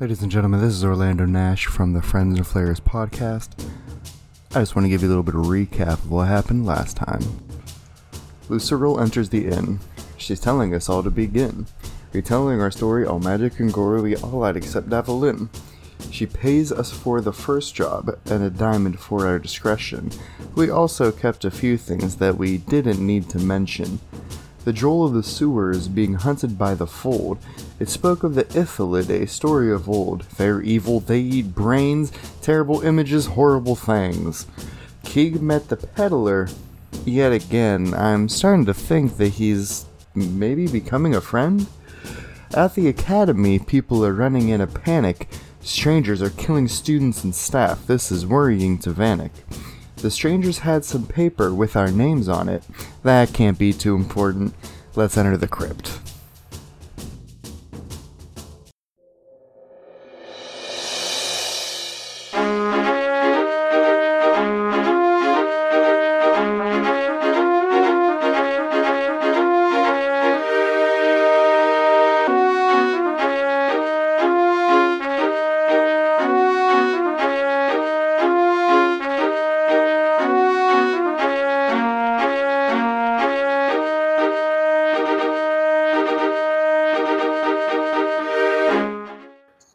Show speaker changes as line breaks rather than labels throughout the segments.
Ladies and gentlemen, this is Orlando Nash from the Friends and Flares podcast. I just want to give you a little bit of recap of what happened last time. Lucille enters the inn. She's telling us all to begin, retelling our story all magic and glory we all had except Davalin. She pays us for the first job and a diamond for our discretion. We also kept a few things that we didn't need to mention. The Droll of the Sewers being hunted by the Fold. It spoke of the Ithalid, a story of old. Fair evil, they eat brains, terrible images, horrible things. Keeg met the peddler. Yet again, I'm starting to think that he's maybe becoming a friend? At the academy, people are running in a panic. Strangers are killing students and staff. This is worrying to Vanek. The strangers had some paper with our names on it. That can't be too important. Let's enter the crypt.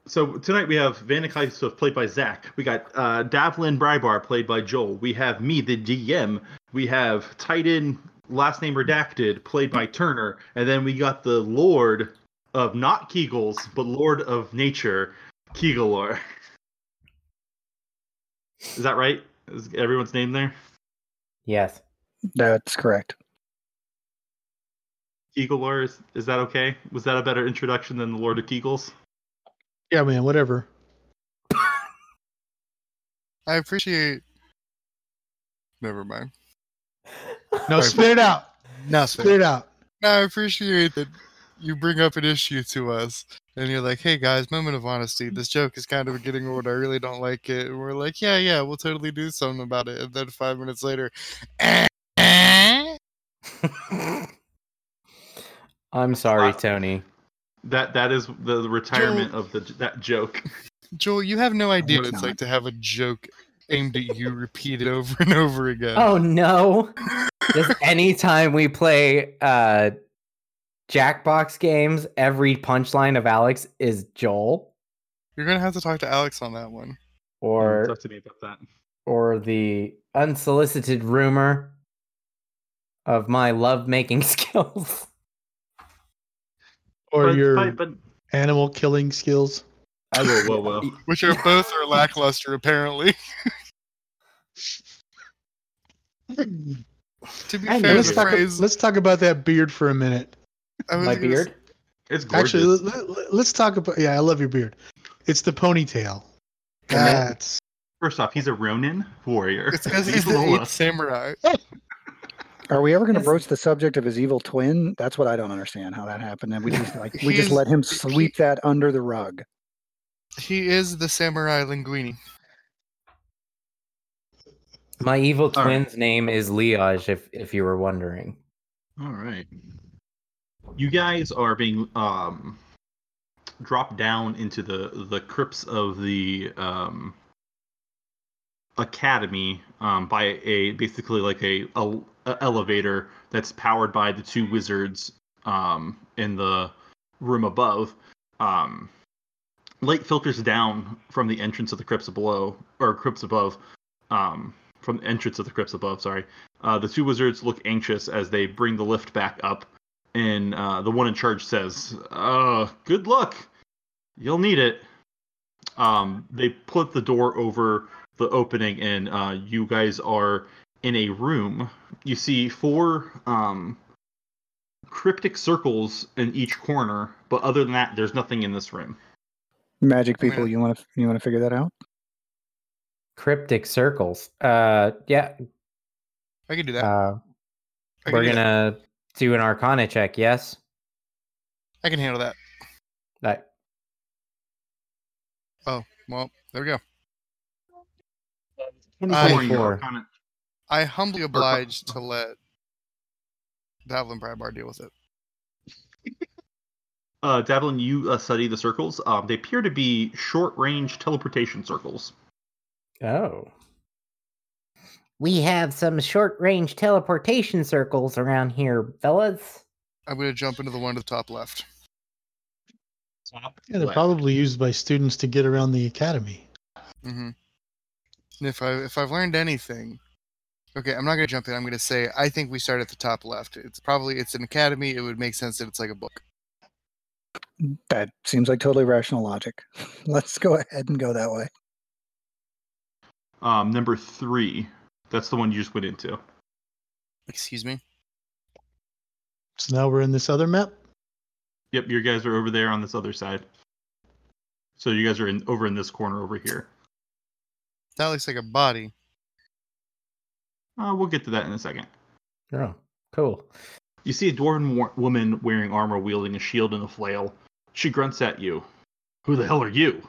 So tonight we have Vanek Heisler played by Zach. We got uh, Davlin Brybar played by Joel. We have me, the DM. We have Titan, last name redacted, played by Turner. And then we got the Lord of not Kegels, but Lord of Nature, Kegelor. Is that right? Is everyone's name there?
Yes.
That's correct.
Kegelor, is, is that okay? Was that a better introduction than the Lord of Kegels?
Yeah, man, whatever.
I appreciate. Never mind.
No, spit it out. Spit
Nothing.
it out.
No, I appreciate that you bring up an issue to us, and you're like, "Hey guys, moment of honesty. This joke is kind of getting old. I really don't like it." And we're like, "Yeah, yeah, we'll totally do something about it." And then five minutes later, "Eh?"
I'm sorry,
Uh,
Tony.
That that is the, the retirement of the that joke.
Joel, you have no idea
would
what it's
not.
like to have a joke aimed at you repeated over and over again.
Oh no. Just anytime we play uh Jackbox games, every punchline of Alex is Joel
You're gonna have to talk to Alex on that one.
or
Talk to me about that.
or the unsolicited rumor of my love making skills.
Or
But-
your
but- but-
animal killing skills.
whoa, whoa, whoa.
Which are both are lackluster apparently. to be
I know.
fair, the
Let's
Favorite
talk,
phrase
let's talk about that beard for a minute.
I was
my
gonna s-
beard.
It's gorgeous.
Actually, let, us talk about. Yeah, I love your beard. It's the ponytail.
And then-
That's.
First off, he's a Ronin warrior.
It's because
He's
he's the
Lola.
eighth samurai.
Are we ever going to
Yes.
broach the subject of his evil twin? That's what I don't understand how that happened. And we just like we just
He's-
let him sweep that under the rug.
He is the samurai linguini.
My evil
All right.
twin's name is Liage, if if you were wondering.
All right. You guys are being um, dropped down into the the crypts of the um, academy um, by a basically like a, a, a elevator that's powered by the two wizards um, in the room above. Um, light filters down from the entrance of the crypts below, or crypts above, um, from the entrance of the crypts above. Sorry. Uh, the two wizards look anxious as they bring the lift back up, and uh, the one in charge says, uh, "Good luck. You'll need it." Um, they put the door over the opening, and uh, you guys are in a room. You see four um, cryptic circles in each corner, but other than that, there's nothing in this room.
Magic
Yeah.
people, you want to you want to figure that out?
Cryptic circles. Uh yeah.
I can do that.
Uh
I, can
we're
do that.
gonna do an arcana check, yes?
I can handle that.
That
Well, there we go.
Four
I-
in your
24.
arcana-
I humbly oblige to let Davlin Brybar deal with it.
uh, Davlin, you uh, study the circles. Um, they appear to be short-range teleportation circles.
Oh. We have some short range teleportation circles around here, fellas.
I'm gonna jump into the one to the top left.
Top
Yeah, they're
left.
probably used by students to get around the academy.
Mm-hmm. And if I if I've learned anything, okay, I'm not gonna jump in. I'm gonna say I think we start at the top left. It's probably it's an academy. It would make sense that it's like a book.
That seems like totally rational logic. Let's go ahead and go that way.
Um, number three. That's the one you just went into.
Excuse me.
So now we're in this other map.
Yep, your guys are over there on this other side. So you guys are in over in this corner over here.
That looks like a body.
Uh, we'll get to that in a second.
Oh, cool.
You see a dwarven wo- woman wearing armor, wielding a shield and a flail. She grunts at you. Who the hell are you?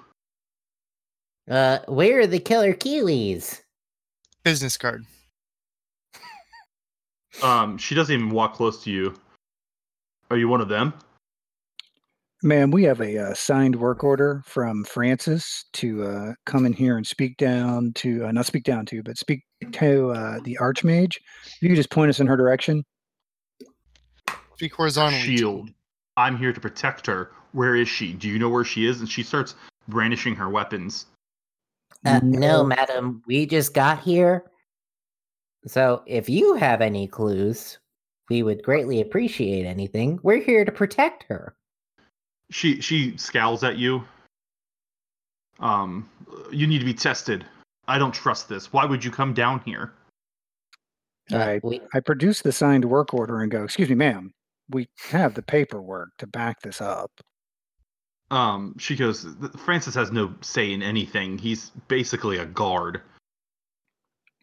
Uh, where are the killer Keelys?
Business card.
Um, she doesn't even walk close to you. Are you one of them?
Ma'am, we have a uh, signed work order from Francis to uh, come in here and speak down to, uh, not speak down to, but speak to uh, the Archmage. If you could just point us in her direction.
Speak horizontally. to me.
Shield. I'm here to protect her. Where is she? Do you know where she is? And she starts brandishing her weapons.
Uh, no,
No.
madam, we just got here. So if you have any clues, we would greatly appreciate anything. We're here to protect her.
She she scowls at you. Um, you need to be tested. I don't trust this. Why would you come down here?
Uh,
I,
we-
I produce the signed work order and go, Excuse me, ma'am, we have the paperwork to back this up.
Um, she goes. "Th- Francis has no say in anything. He's basically a guard.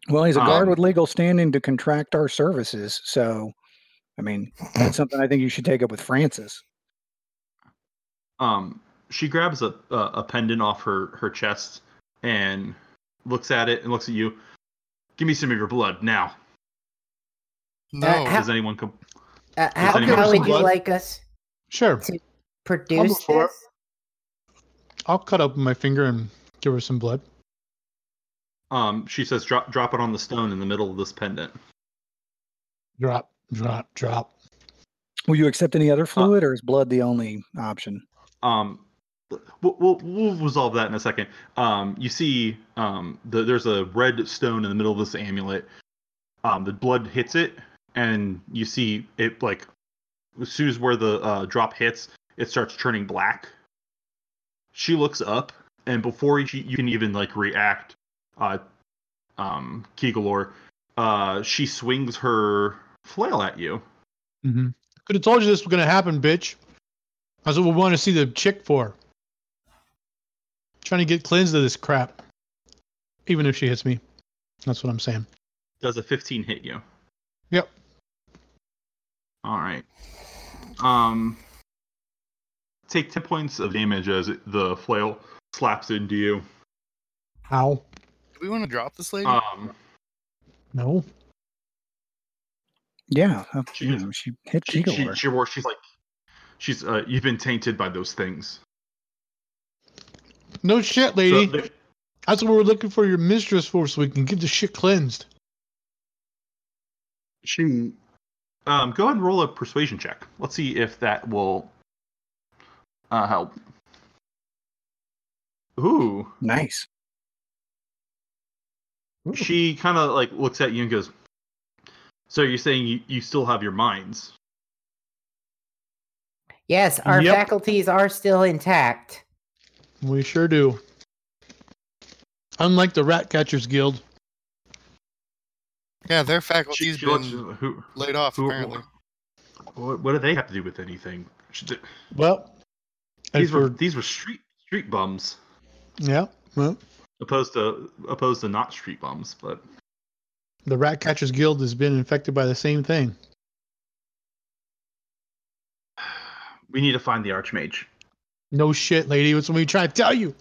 Well, he's a guard
Um,
with legal standing to contract our services. So, I mean, that's something I think you should take up with Francis.
Um, she grabs a a, a pendant off her her chest and looks at it and looks at you. Give me some of your blood now.
No.
how-
Does anyone come?
Uh, how,
anyone
how
have
would
some
you
blood?
like us
Sure.
to produce
for it.
this?
I'll cut open my finger and give her some blood.
Um, she says, drop drop it on the stone in the middle of this pendant.
Drop, drop, drop.
Will you accept any
Uh.
other fluid, or is blood the only option?
Um, we'll, we'll, we'll resolve that in a second. Um, you see, um, the, there's a red stone in the middle of this amulet. Um, the blood hits it, and you see it like as soon as where the uh, drop hits, it starts turning black. She looks up, and before she, you can even like react, uh, um, Kegelor, uh, she swings her flail at you.
Mm-hmm. Could have told you this was gonna happen, bitch. That's what we want to see the chick for. Trying to get cleansed of this crap. Even if she hits me, that's what I'm saying.
Does a 15 hit you?
Yep.
All right. Um, take 10 points of damage as it- the flail slaps into you.
How?
Do we want to drop this lady?
Um,
No.
Yeah, uh,
She
you
is-
know, she hit
she, she,
Gigolor.
she wore, she's like, she's, uh, you've been tainted by those things.
No shit,
So
lady.
there-
That's what we're looking for your mistress for, so we can get the shit cleansed.
she, um, go ahead and roll a persuasion check. Let's see if that will, uh, help. Ooh.
Nice.
She kind of like looks at you and goes, so you're saying you, you still have your minds?
Yes, our
Yep.
faculties are still intact.
We sure do. Unlike the Rat Catchers Guild.
yeah, their faculty's
she looks-
been
who,
laid off
Who-
apparently.
What, what do they have to do with anything? Should th-
Well,
These
if
were
we're-
these were street street bums,
yeah. Well,
opposed to opposed to not street bums. But
the Rat Catchers Guild has been infected by the same thing.
we need to find the archmage.
No shit, lady. That's what we try to tell you.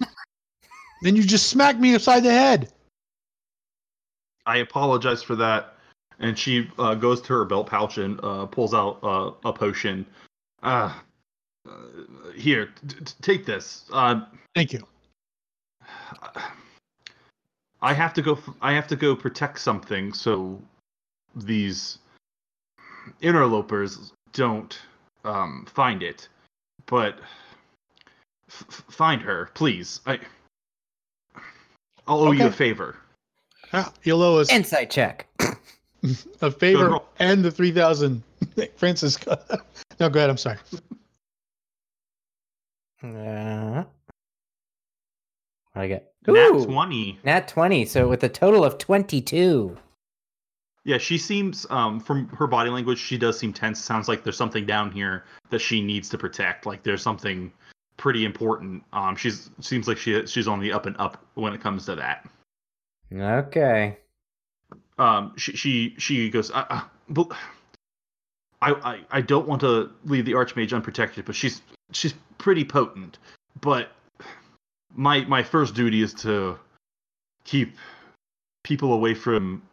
then you just smack me upside the head.
I apologize for that. And she uh, goes to her belt pouch and uh, pulls out uh, a potion. Ah, uh, here, t- t- take this. Uh,
Thank you.
I have to go. f- I have to go protect something so these interlopers don't um, find it. But f- f- find her, please. I. I'll owe you a
Okay.
favor.
Ah, You'll owe us
Insight check.
a favor
roll.
and the 3,000. Francis, go- no, go ahead. I'm sorry.
Uh, what I get?
Nat
Ooh,
twenty.
nat 20. So with a total of 22.
Yeah, she seems um from her body language, she does seem tense. Sounds like there's something down here that she needs to protect. Like there's something pretty important. Um she's seems like she she's on the up and up when it comes to that.
Okay.
Um she she she goes I I, but I, I I don't want to leave the archmage unprotected, but she's she's pretty potent. But my my first duty is to keep people away from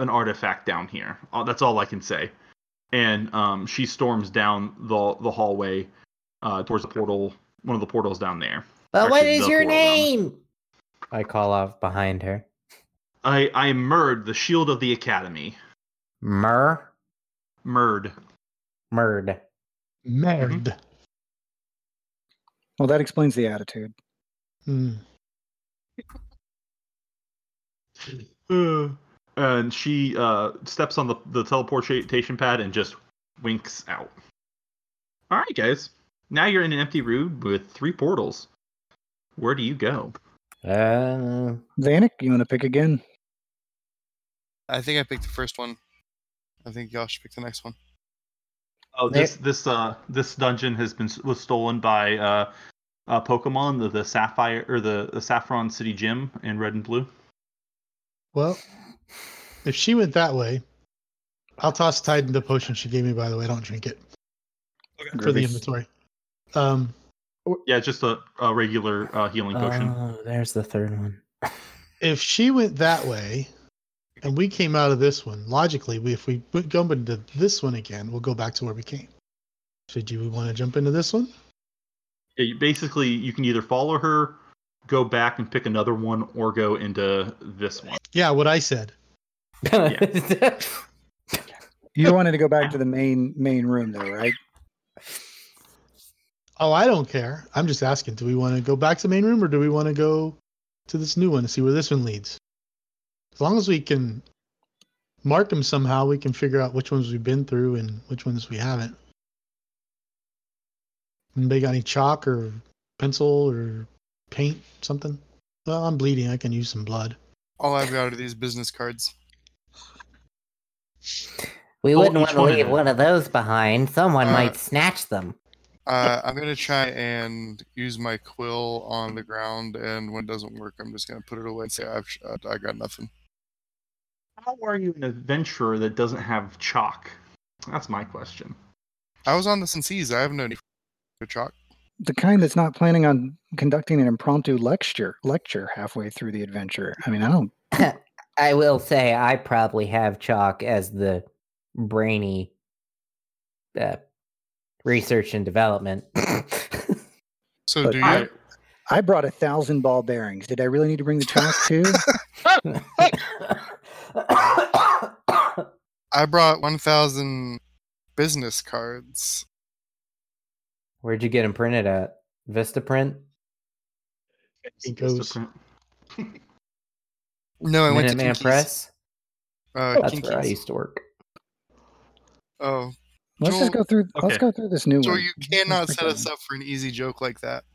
an artifact down here. Uh, That's all I can say. And um, she storms down the the hallway uh, towards the portal, one of the portals down there.
But what
Actually,
is
the
your
portal round.
name? I call out behind her.
I I murd the shield of the academy.
Mur?
Murd.
Murd.
Merd.
Well, that explains the attitude.
Hmm.
Uh, and she uh, steps on the, the teleportation pad and just winks out. All right, guys. Now you're in an empty room with three portals. Where do you go?
Uh,
Vanek, you want to pick again?
I think I picked the first one. I think y'all should pick the next one.
Oh,
They-
this this uh this dungeon has been was stolen by uh, uh Pokemon the, the Sapphire or the, the Saffron City Gym in Red and Blue.
Well, if she went that way, I'll toss Tide the potion she gave me, by the way. Don't drink it for the inventory. Um,
Yeah, it's just a, a regular uh, healing potion.
oh, there's the third one.
if she went that way and we came out of this one, logically, we, if we would jump into this one again, we'll go back to where we came. So, do we want to jump into this one?
Yeah, you- basically, you can either follow her, go back and pick another one, or go into this one.
Yeah, what I said.
You wanted to go back to the main main room, though, right?
Oh, I don't care. I'm just asking. Do we want to go back to the main room or do we want to go to this new one and see where this one leads? As long as we can mark them somehow, we can figure out which ones we've been through and which ones we haven't. Anybody got any chalk or pencil or paint, something? Well, I'm bleeding. I can use some blood.
All I've got are these business cards.
we
Oh, each
wouldn't want to
one of
leave
them.
one of those behind. Someone
Uh,
might snatch them.
Uh, I'm gonna try and use my quill on the ground, and when it doesn't work, I'm just gonna put it away and say I've uh, I- I got nothing.
How are you an adventurer that doesn't have chalk? That's my question.
I was on the Sinsees. I have no need for chalk.
The kind that's not planning on conducting an impromptu lecture lecture halfway through the adventure. I mean, I don't.
I will say I probably have chalk as the brainy uh, research and development.
So
But
do you?
I- I brought a thousand ball bearings. Did I really need to bring the chalk too?
I brought 1,000 business cards.
Where'd you get them printed at? Vistaprint?
It
Just a
goes-
print.
No, Oh, I went to
Minuteman
Kinkys.
Press?
Uh,
That's where I
Kinkys.
used to work.
Oh,
Let's just
Joel-
go through. Let's
okay.
go through this new
so
one.
you
Let's
cannot
pick
set
one.
us up for an easy joke like that.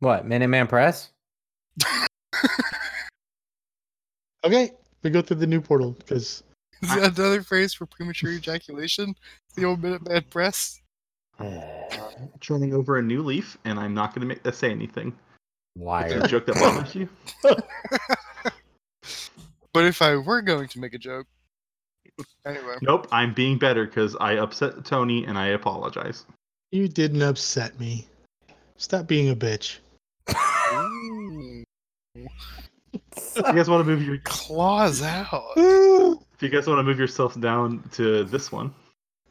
What, Minuteman Press?
Okay, we go through the new portal because
Is
I-
that another phrase for premature ejaculation? The old Minuteman press?
Turning over a new leaf, and I'm not going to make that say anything. Is there
Liar.
a joke that bothers you?
But if I were going to make a joke. Anyway,
Nope, I'm being better because I upset Tony, and I apologize.
you didn't upset me. Stop being a bitch.
If you guys want to move your, if
claws out.
yes.
you guys want to move yourself down to this one,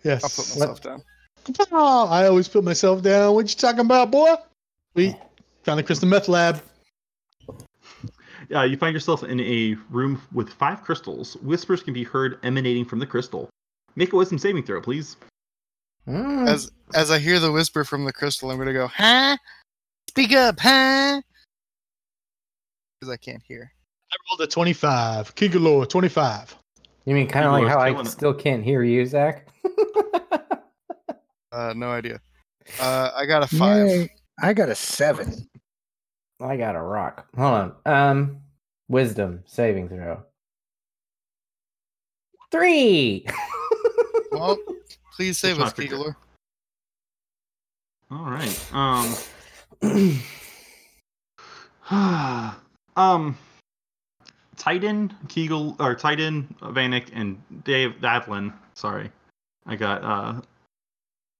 I'll put
Let-
myself down.
Oh, I always put myself down. What you talking about, boy? We found the crystal meth lab.
Uh, you find yourself in a room with five crystals. Whispers can be heard emanating from the crystal. Make a wisdom saving throw, please.
Mm,
As as I hear the whisper from the crystal, I'm gonna go, huh? Speak up, huh? Because I can't hear.
I rolled a 25. Kigalore, 25.
You mean kind
You
of like
are
how I
killing it.
still can't hear you, Zach?
Uh, no idea. Uh, I got a five.
Yay. I got a seven.
I got a rock. Hold on. Um, wisdom saving throw.
three.
Well, please save
not
us,
for sure.
Kegelor.
All right. Um. um. Titan, Kegel, or Titan, Vanek, and Dave Davlin. Sorry, I got uh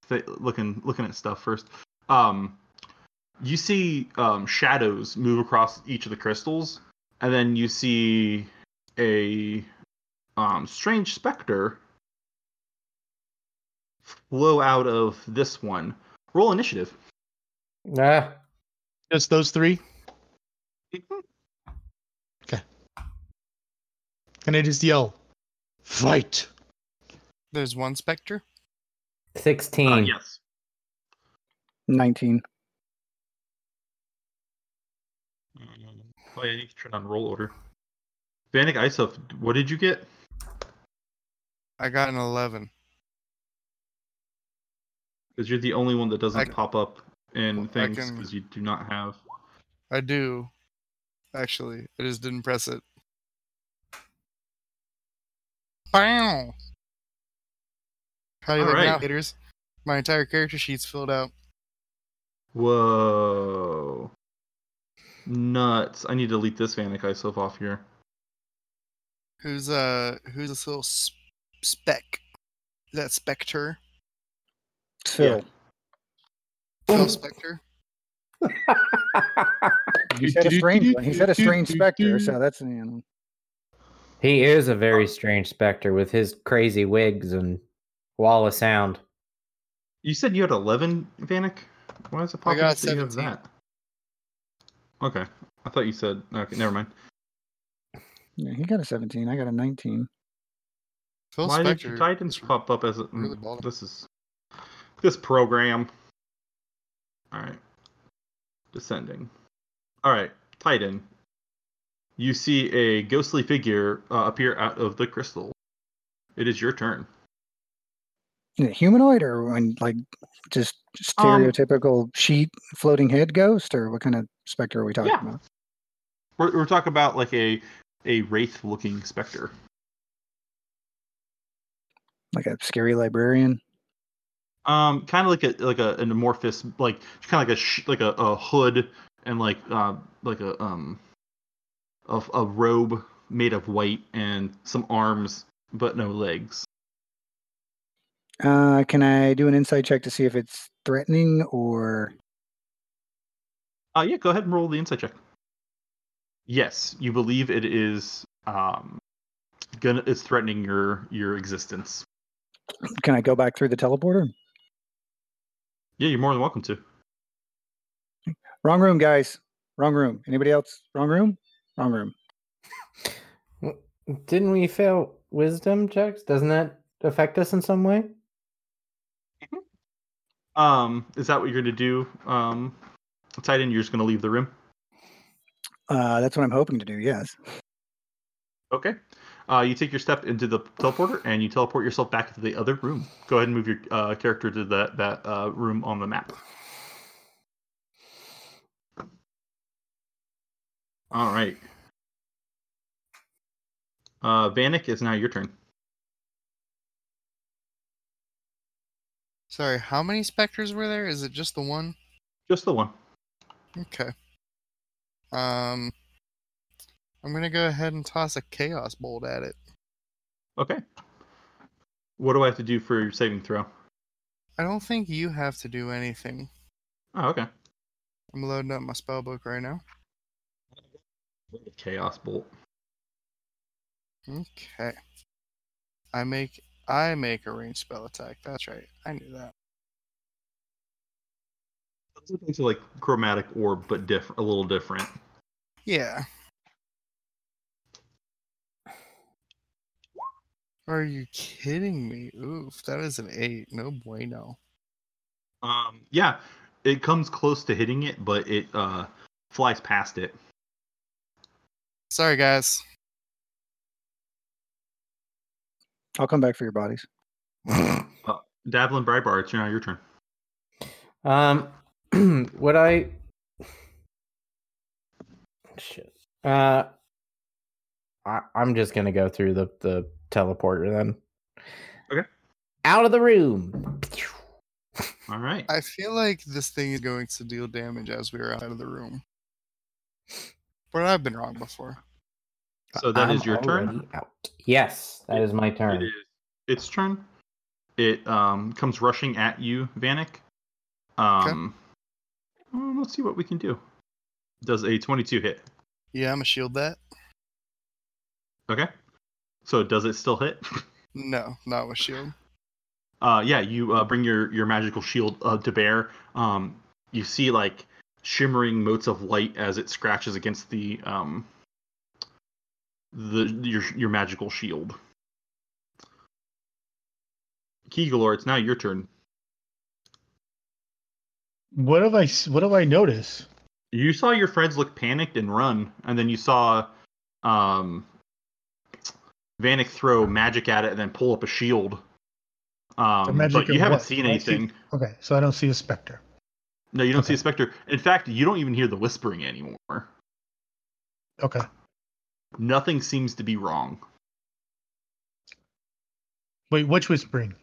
th- looking looking at stuff first. Um, you see um shadows move across each of the crystals, and then you see a um strange specter flow out of this one. Roll initiative.
Ah,
Just those three? Okay. And I just yell, fight.
There's one specter.
sixteen.
Hmm.
Uh, yes.
19.
Oh yeah, you can turn on roll order. Vanek Isov, what did you get?
I got an eleven.
Because you're the only one that doesn't
I-
pop up in
I
things
can-
because you do not have.
I do. Actually, I just didn't press it. Bow. How do you
All
like
right.
now, haters? My entire character sheet's filled out.
Whoa. Nuts. I need to delete this Vanek Isov off here.
Who's uh? Who's this little s- speck? Is that Spectre?
Phil.
Phil Spectre.
He said a strange one. He said a strange specter, so that's you know.
he is a very strange specter with his crazy wigs and wall of sound.
You said you had 11, Vanek? Why is it
I
popping
got
up that you have
17.
that? Okay. I thought you said. Okay, never mind.
Yeah, he got a 17. I got a 19.
Phil
Why did
Spectre.
your Titans
is-
pop up as a,
really
mm,
bothered.
this is this program? All right, descending. All right, Titan. You see a ghostly figure uh, appear out of the crystal. It is your turn.
Is it humanoid or when, like just
Um,
stereotypical sheet floating head ghost or what kind of specter are we talking
Yeah.
about?
We're, we're talking about like a a wraith-looking specter.
Like a scary librarian?
Um, kind of like a like a an amorphous like kind of like a sh- like a, a hood and like uh like a um a, a robe made of white and some arms but no legs.
Uh, can I do an insight check to see if it's threatening or
Uh, yeah, go ahead and roll the insight check. Yes, you believe it is um gonna it's threatening your your existence.
can I go back through the teleporter?
Yeah, you're more than welcome to.
Wrong room, guys. Wrong room. Anybody else? Wrong room? Wrong room.
Didn't we fail wisdom checks? Doesn't that affect us in some way?
Um, is that what you're gonna do? Um, Titan, you're just gonna leave the room.
Uh, that's what I'm hoping to do, yes.
Okay. Uh, you take your step into the teleporter and you teleport yourself back to the other room. Go ahead and move your uh, character to that that uh, room on the map. All right. Uh, Vanek, it's now your turn.
Sorry, how many specters were there? Is it just the one?
Just the one.
Okay. Um, I'm gonna go ahead and toss a chaos bolt at it.
Okay. What do I have to do for your saving throw?
I don't think you have to do anything.
Oh, okay.
I'm loading up my spell book right now.
Chaos bolt.
Okay. I make I make a ranged spell attack. That's right. I knew that.
It's like chromatic orb, but diff- a little different.
Yeah. Are you kidding me? Oof, that is an eight. No bueno.
Um, yeah, it comes close to hitting it, but it uh, flies past it.
Sorry, guys.
I'll come back for your bodies.
Davlin Brybar, it's now your turn.
Um, would I? Shit. Uh, I I'm just gonna go through the the teleporter then.
Okay.
Out of the room.
All right.
I feel like this thing is going to deal damage as we are out of the room. But I've been wrong before.
So that is
I'm
your turn.
already out. Yes, that
It-
is my
It
turn.
is its turn. It um, comes rushing at you, Vanek. Um, well, let's see what we can do. Does a 22 hit?
Yeah, I'm gonna shield that.
Okay. So does it still hit?
No, not with shield.
Uh, yeah, you uh, bring your, your magical shield uh, to bear. Um, you see like shimmering motes of light as it scratches against the um, the your your magical shield. Keegalore, it's now your turn.
What have I? s- What do I notice?
You saw your friends look panicked and run, and then you saw um, Vanek throw magic at it and then pull up a shield. Um,
magic
but you
of
haven't
what?
seen
I don't see-
anything.
Okay, so I don't see a specter.
No, you don't see
Okay.
a specter. In fact, you don't even hear the whispering anymore.
Okay,
Nothing seems to be wrong.
wait, which whispering?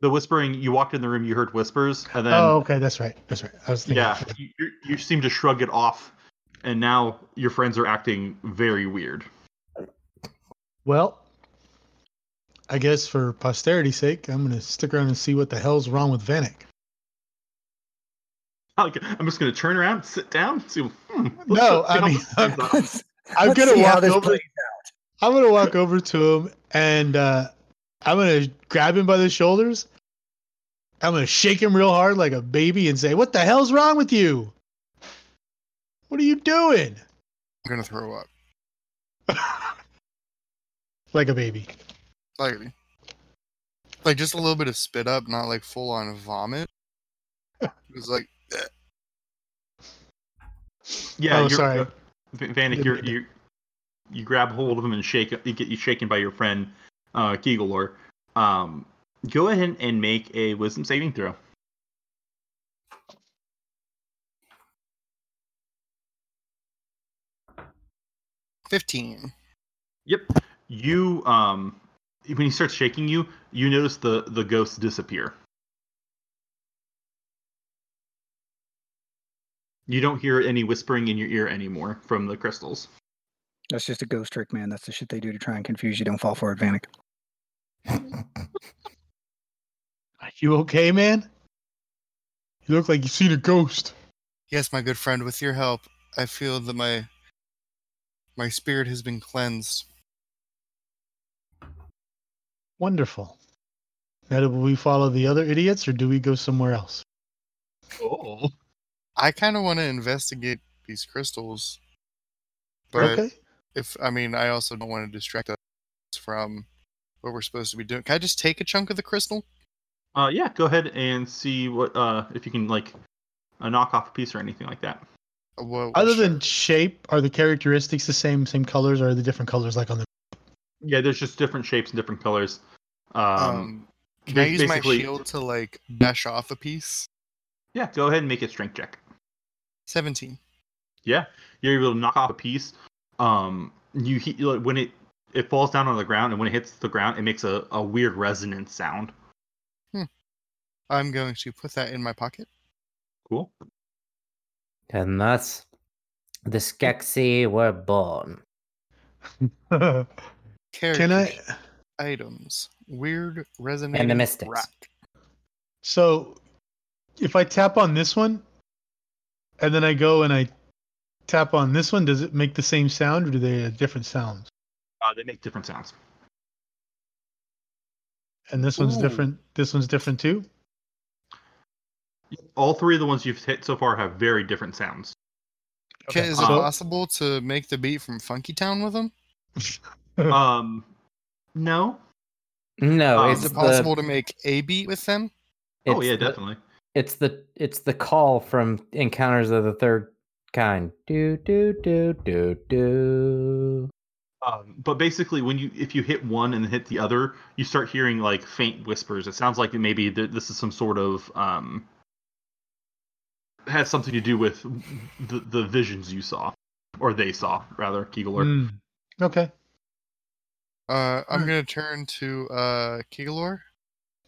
The whispering, you walked in the room, you heard whispers, and then,
oh, okay, that's right. That's right. I was thinking.
yeah, you, you- you seem to shrug it off, and now your friends are acting very weird.
Well, I guess for posterity's sake, I'm gonna stick around and see what the hell's wrong with Vanek.
Like, I'm just going to turn around, sit down, see. Hmm, let's-
No,
let's see
I
how
mean,
this
I'm-
turns out.
Let's-
I'm
let's
gonna
see how
walk
this
over.
plays
I'm gonna walk over to him and uh, I'm gonna grab him by the shoulders. I'm gonna shake him real hard like a baby and say, "What the hell's wrong with you? What are you doing?"
I'm gonna throw up.
Like a baby.
Slightly. Like just a little bit of spit up, not like full on vomit. It was like
Yeah,
Oh,
you're,
sorry.
uh, V- Vanek,
Didn't
you're,
mean to.
you you grab hold of him and shake. You get you shaken by your friend, uh, Keegalor. Um, go ahead and make a wisdom saving throw.
fifteen.
You um, when he starts shaking you, you notice the the ghosts disappear. You don't hear any whispering in your ear anymore from the crystals.
That's just a ghost trick, man. That's the shit they do to try and confuse you. Don't fall for it, Vanek.
Are you okay, man? You look like you've seen a ghost.
Yes, my good friend, with your help, I feel that my my spirit has been cleansed.
Wonderful. Now, do we follow the other idiots, or do we go somewhere else?
Oh,
I kind of want to investigate these crystals, but
okay.
if I mean, I also don't want to distract us from what we're supposed to be doing. Can I just take a chunk of the crystal?
uh, yeah. Go ahead and see what uh if you can like uh, knock off a piece or anything like that.
Uh, Well,
Other
sure.
than shape, are the characteristics the same? Same colors, or are the different colors like on the?
Yeah, there's just different shapes and different colors. Um,
um, can I
ba-
use my
basically-
shield to like dash off a piece?
yeah, go ahead and make a strength check.
Seventeen.
You're able to knock off a piece. Um, you he, like, when it it falls down on the ground, and when it hits the ground, it makes a, a weird resonance sound.
I'm going to put that in my pocket.
Cool.
And thus, the Skeksis were born.
Characters,
Can I?
Items. Weird resonating.
And the mystics.
rock.
So, if I tap on this one, and then I go and I tap on this one, does it make the same sound, or do they have different sounds?
Uh, they make different sounds.
And this one's
Ooh.
different. This one's different too.
All three of the ones you've hit so far have very different sounds.
Can,
Okay,
is it
uh,
possible to make the beat from Funky Town with them?
Um, no.
No,
Um,
it's
Is it
the-
possible to make a beat with them?
oh
it's
yeah,
the-
definitely.
It's the it's the call from Encounters of the Third Kind. Do do do do do.
Um, but basically, when you if you hit one and then hit the other, you start hearing like faint whispers. It sounds like maybe th- this is some sort of um, has something to do with the the visions you saw, or they saw rather, Keegler.
Hmm. Okay.
Uh, I'm
Hmm.
gonna turn to uh, Kegelor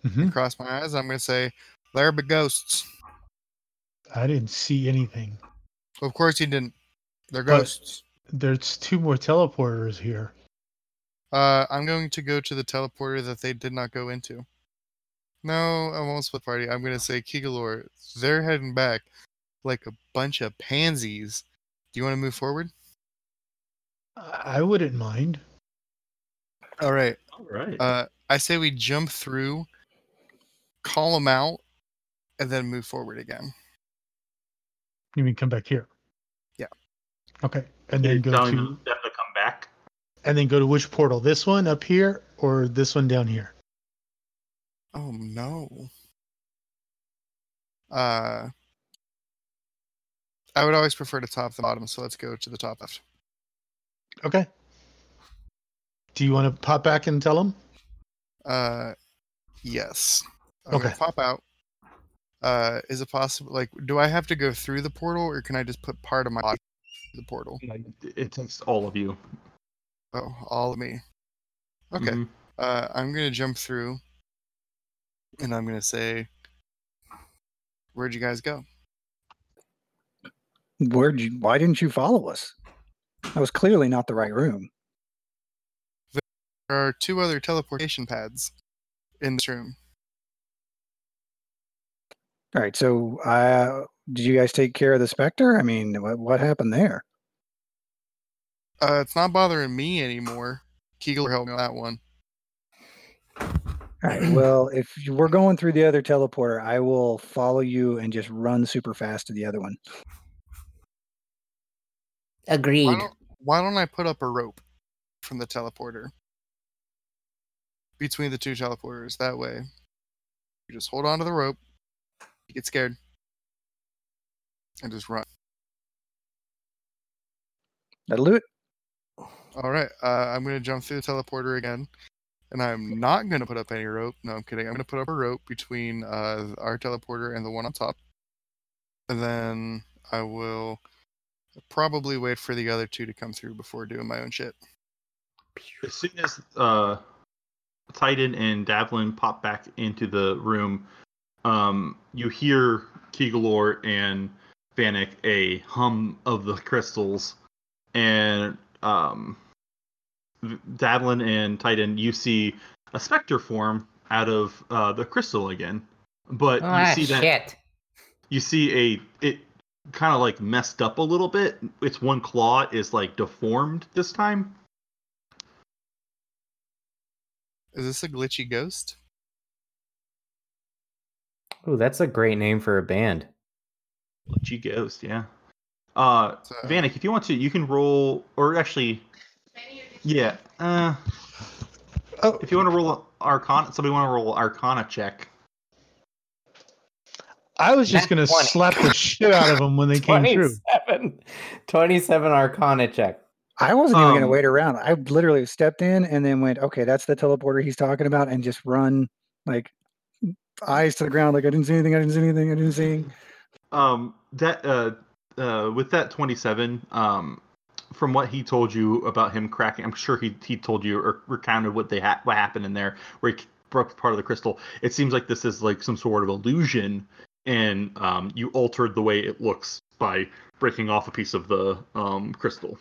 Mhm.
and cross my eyes. I'm gonna say, "There be ghosts."
I didn't see anything.
Of course he didn't. They're
But-
ghosts.
There's two more teleporters here.
Uh, I'm going to go to the teleporter that they did not go into. No, I won't split party. I'm gonna say Kegelor. They're heading back like a bunch of pansies. Do you want to move forward?
I I wouldn't mind.
All right.
All right.
Uh, I say we jump through, call them out, and then move forward again.
You mean come back here?
Yeah.
Okay. And
You're
then go
telling
to
them to come back.
and then go to which portal? This one up here or this one down here?
Oh no. Uh, I would always prefer to top the bottom, so let's go to the top left.
Okay. Do you want to pop back and tell them?
Uh, yes. I'm gonna
Okay.
Pop out. Uh, is it possible? Like, do I have to go through the portal, or can I just put part of my body through the portal?
It takes all of you.
Oh, all of me. Okay.
Mhm.
Uh, I'm gonna jump through, and I'm gonna say, "Where'd you guys go?"
Where'd you? Why didn't you follow us? That was clearly not the right room.
There are two other teleportation pads in this room.
All right. So, uh, did you guys take care of the specter? I mean, what, what happened there?
Uh, it's not bothering me anymore. Kegler helped me on that one.
All right. Well, if you- we're going through the other teleporter, I will follow you and just run super fast to the other one.
Why
Agreed.
don't, why don't I put up a rope from the teleporter between the two teleporters? That way, you just hold on to the rope, you get scared, and just run.
That'll do it.
All right, uh, I'm gonna jump through the teleporter again, and I'm not gonna put up any rope. No, I'm kidding. I'm gonna put up a rope between uh, our teleporter and the one on top, and then I will probably wait for the other two to come through before doing my own shit.
As soon as uh, Titan and Davlin pop back into the room, um, you hear Kegelor and Vanek a hum of the crystals, and um, V- Davlin and Titan, you see a specter form out of uh, the crystal again. But you
Ah,
see that
shit.
you see a it kind of like messed up a little bit. Its one claw is like deformed this time.
Is this a glitchy ghost?
Ooh, that's a great name for a band.
Glitchy Ghost, yeah. Uh,
So,
Vanek, if you want to, you can roll, or actually, yeah. Uh,
Oh,
if you want to roll Arcana, somebody want to roll Arcana check.
I was just
Nat
gonna
20.
slap the shit out of them when they came through.
27, 27 Arcana check.
I wasn't even going
Um,
to wait around. I literally stepped in and then went, okay, that's the teleporter he's talking about, and just run like eyes to the ground, like I didn't see anything, I didn't see anything, I didn't see. anything."
Um, that uh, uh, with that twenty-seven. Um, from what he told you about him cracking, I'm sure he he told you or recounted what they ha- what happened in there, where he broke part of the crystal. It seems like this is like some sort of illusion, and um, you altered the way it looks by breaking off a piece of the um crystal.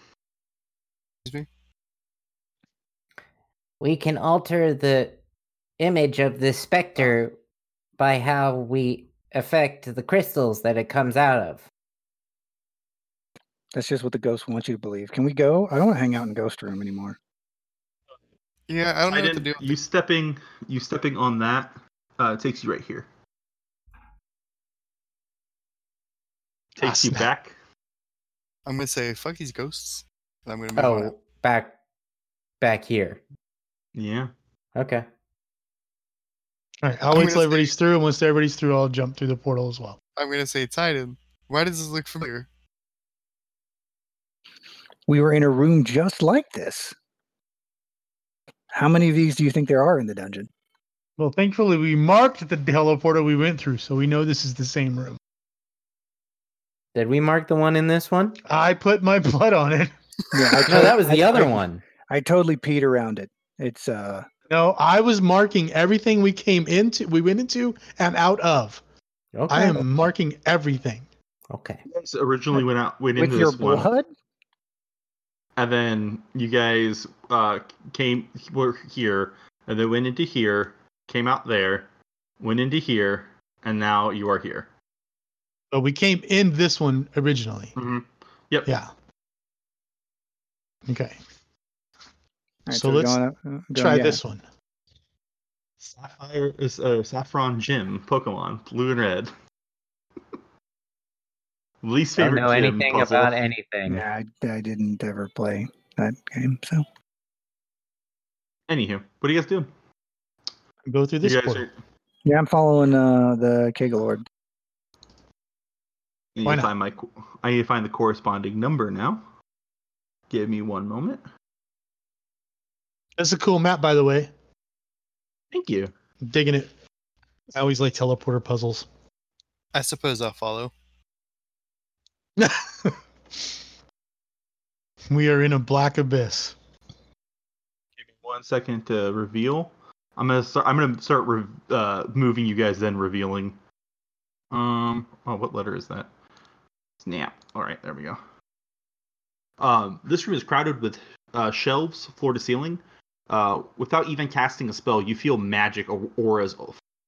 We can alter the image of the specter by how we affect the crystals that it comes out of.
That's just what the ghost wants you to believe. Can we go? I don't want to hang out in ghost room anymore.
yeah, I don't know
I
what to
didn't,
do.
you
Ah,
stepping you stepping on that uh, takes you right here. Takes
Ah,
you
snap.
back.
I'm gonna say fuck these ghosts. and I'm gonna move on.
Oh, back, back here.
Yeah.
Okay.
All right, I'll
I'm
wait till
gonna
everybody's through, and once everybody's through, I'll jump through the portal as well.
I'm gonna say Titan. Why does this look familiar?
We were in a room just like this. How many of these do you think there are in the dungeon?
Well, thankfully, we marked the teleporter we went through, so we know this is the same room.
Did we mark the one in this one?
I put my blood on it.
Yeah, I
No,
tot-
that was the
I-
other
I-
one.
I totally peed around it. It's uh
No, I was marking everything we came into, we went into, and out of.
Okay.
I am marking everything.
Okay.
You guys originally went out went
with
into
your
this one.
blood.
and then you guys uh, came were here, and then went into here, came out there, went into here, and now you are here.
But we came in this one originally.
Mm-hmm. Yep.
Yeah. Okay.
All right,
so
we're
let's
going up- uh, going-
Try
yeah.
this one.
Sapphire is uh, Saffron Gym Pokemon Blue and Red. Least
Don't
favorite
know
gym
anything
puzzle.
about anything.
Nah, I, I didn't ever play that game, so
Anywho, what are you guys doing?
Go through this
you guys
portal.
are-
yeah, I'm following uh the Kegelord.
I need
Why
to
not?
find my. co- I need to find the corresponding number now. Give me one moment.
That's a cool map, by the way.
Thank you.
I'm digging it. I always like teleporter puzzles.
I suppose I'll follow.
we are in a black abyss.
Give me one second to reveal. I'm gonna start. I'm gonna start re- uh, moving you guys. Then revealing. Um. Oh, what letter is that? Snap. All right, there we go. Um, this room is crowded with uh, shelves, floor to ceiling. Uh, without even casting a spell, you feel magic or auras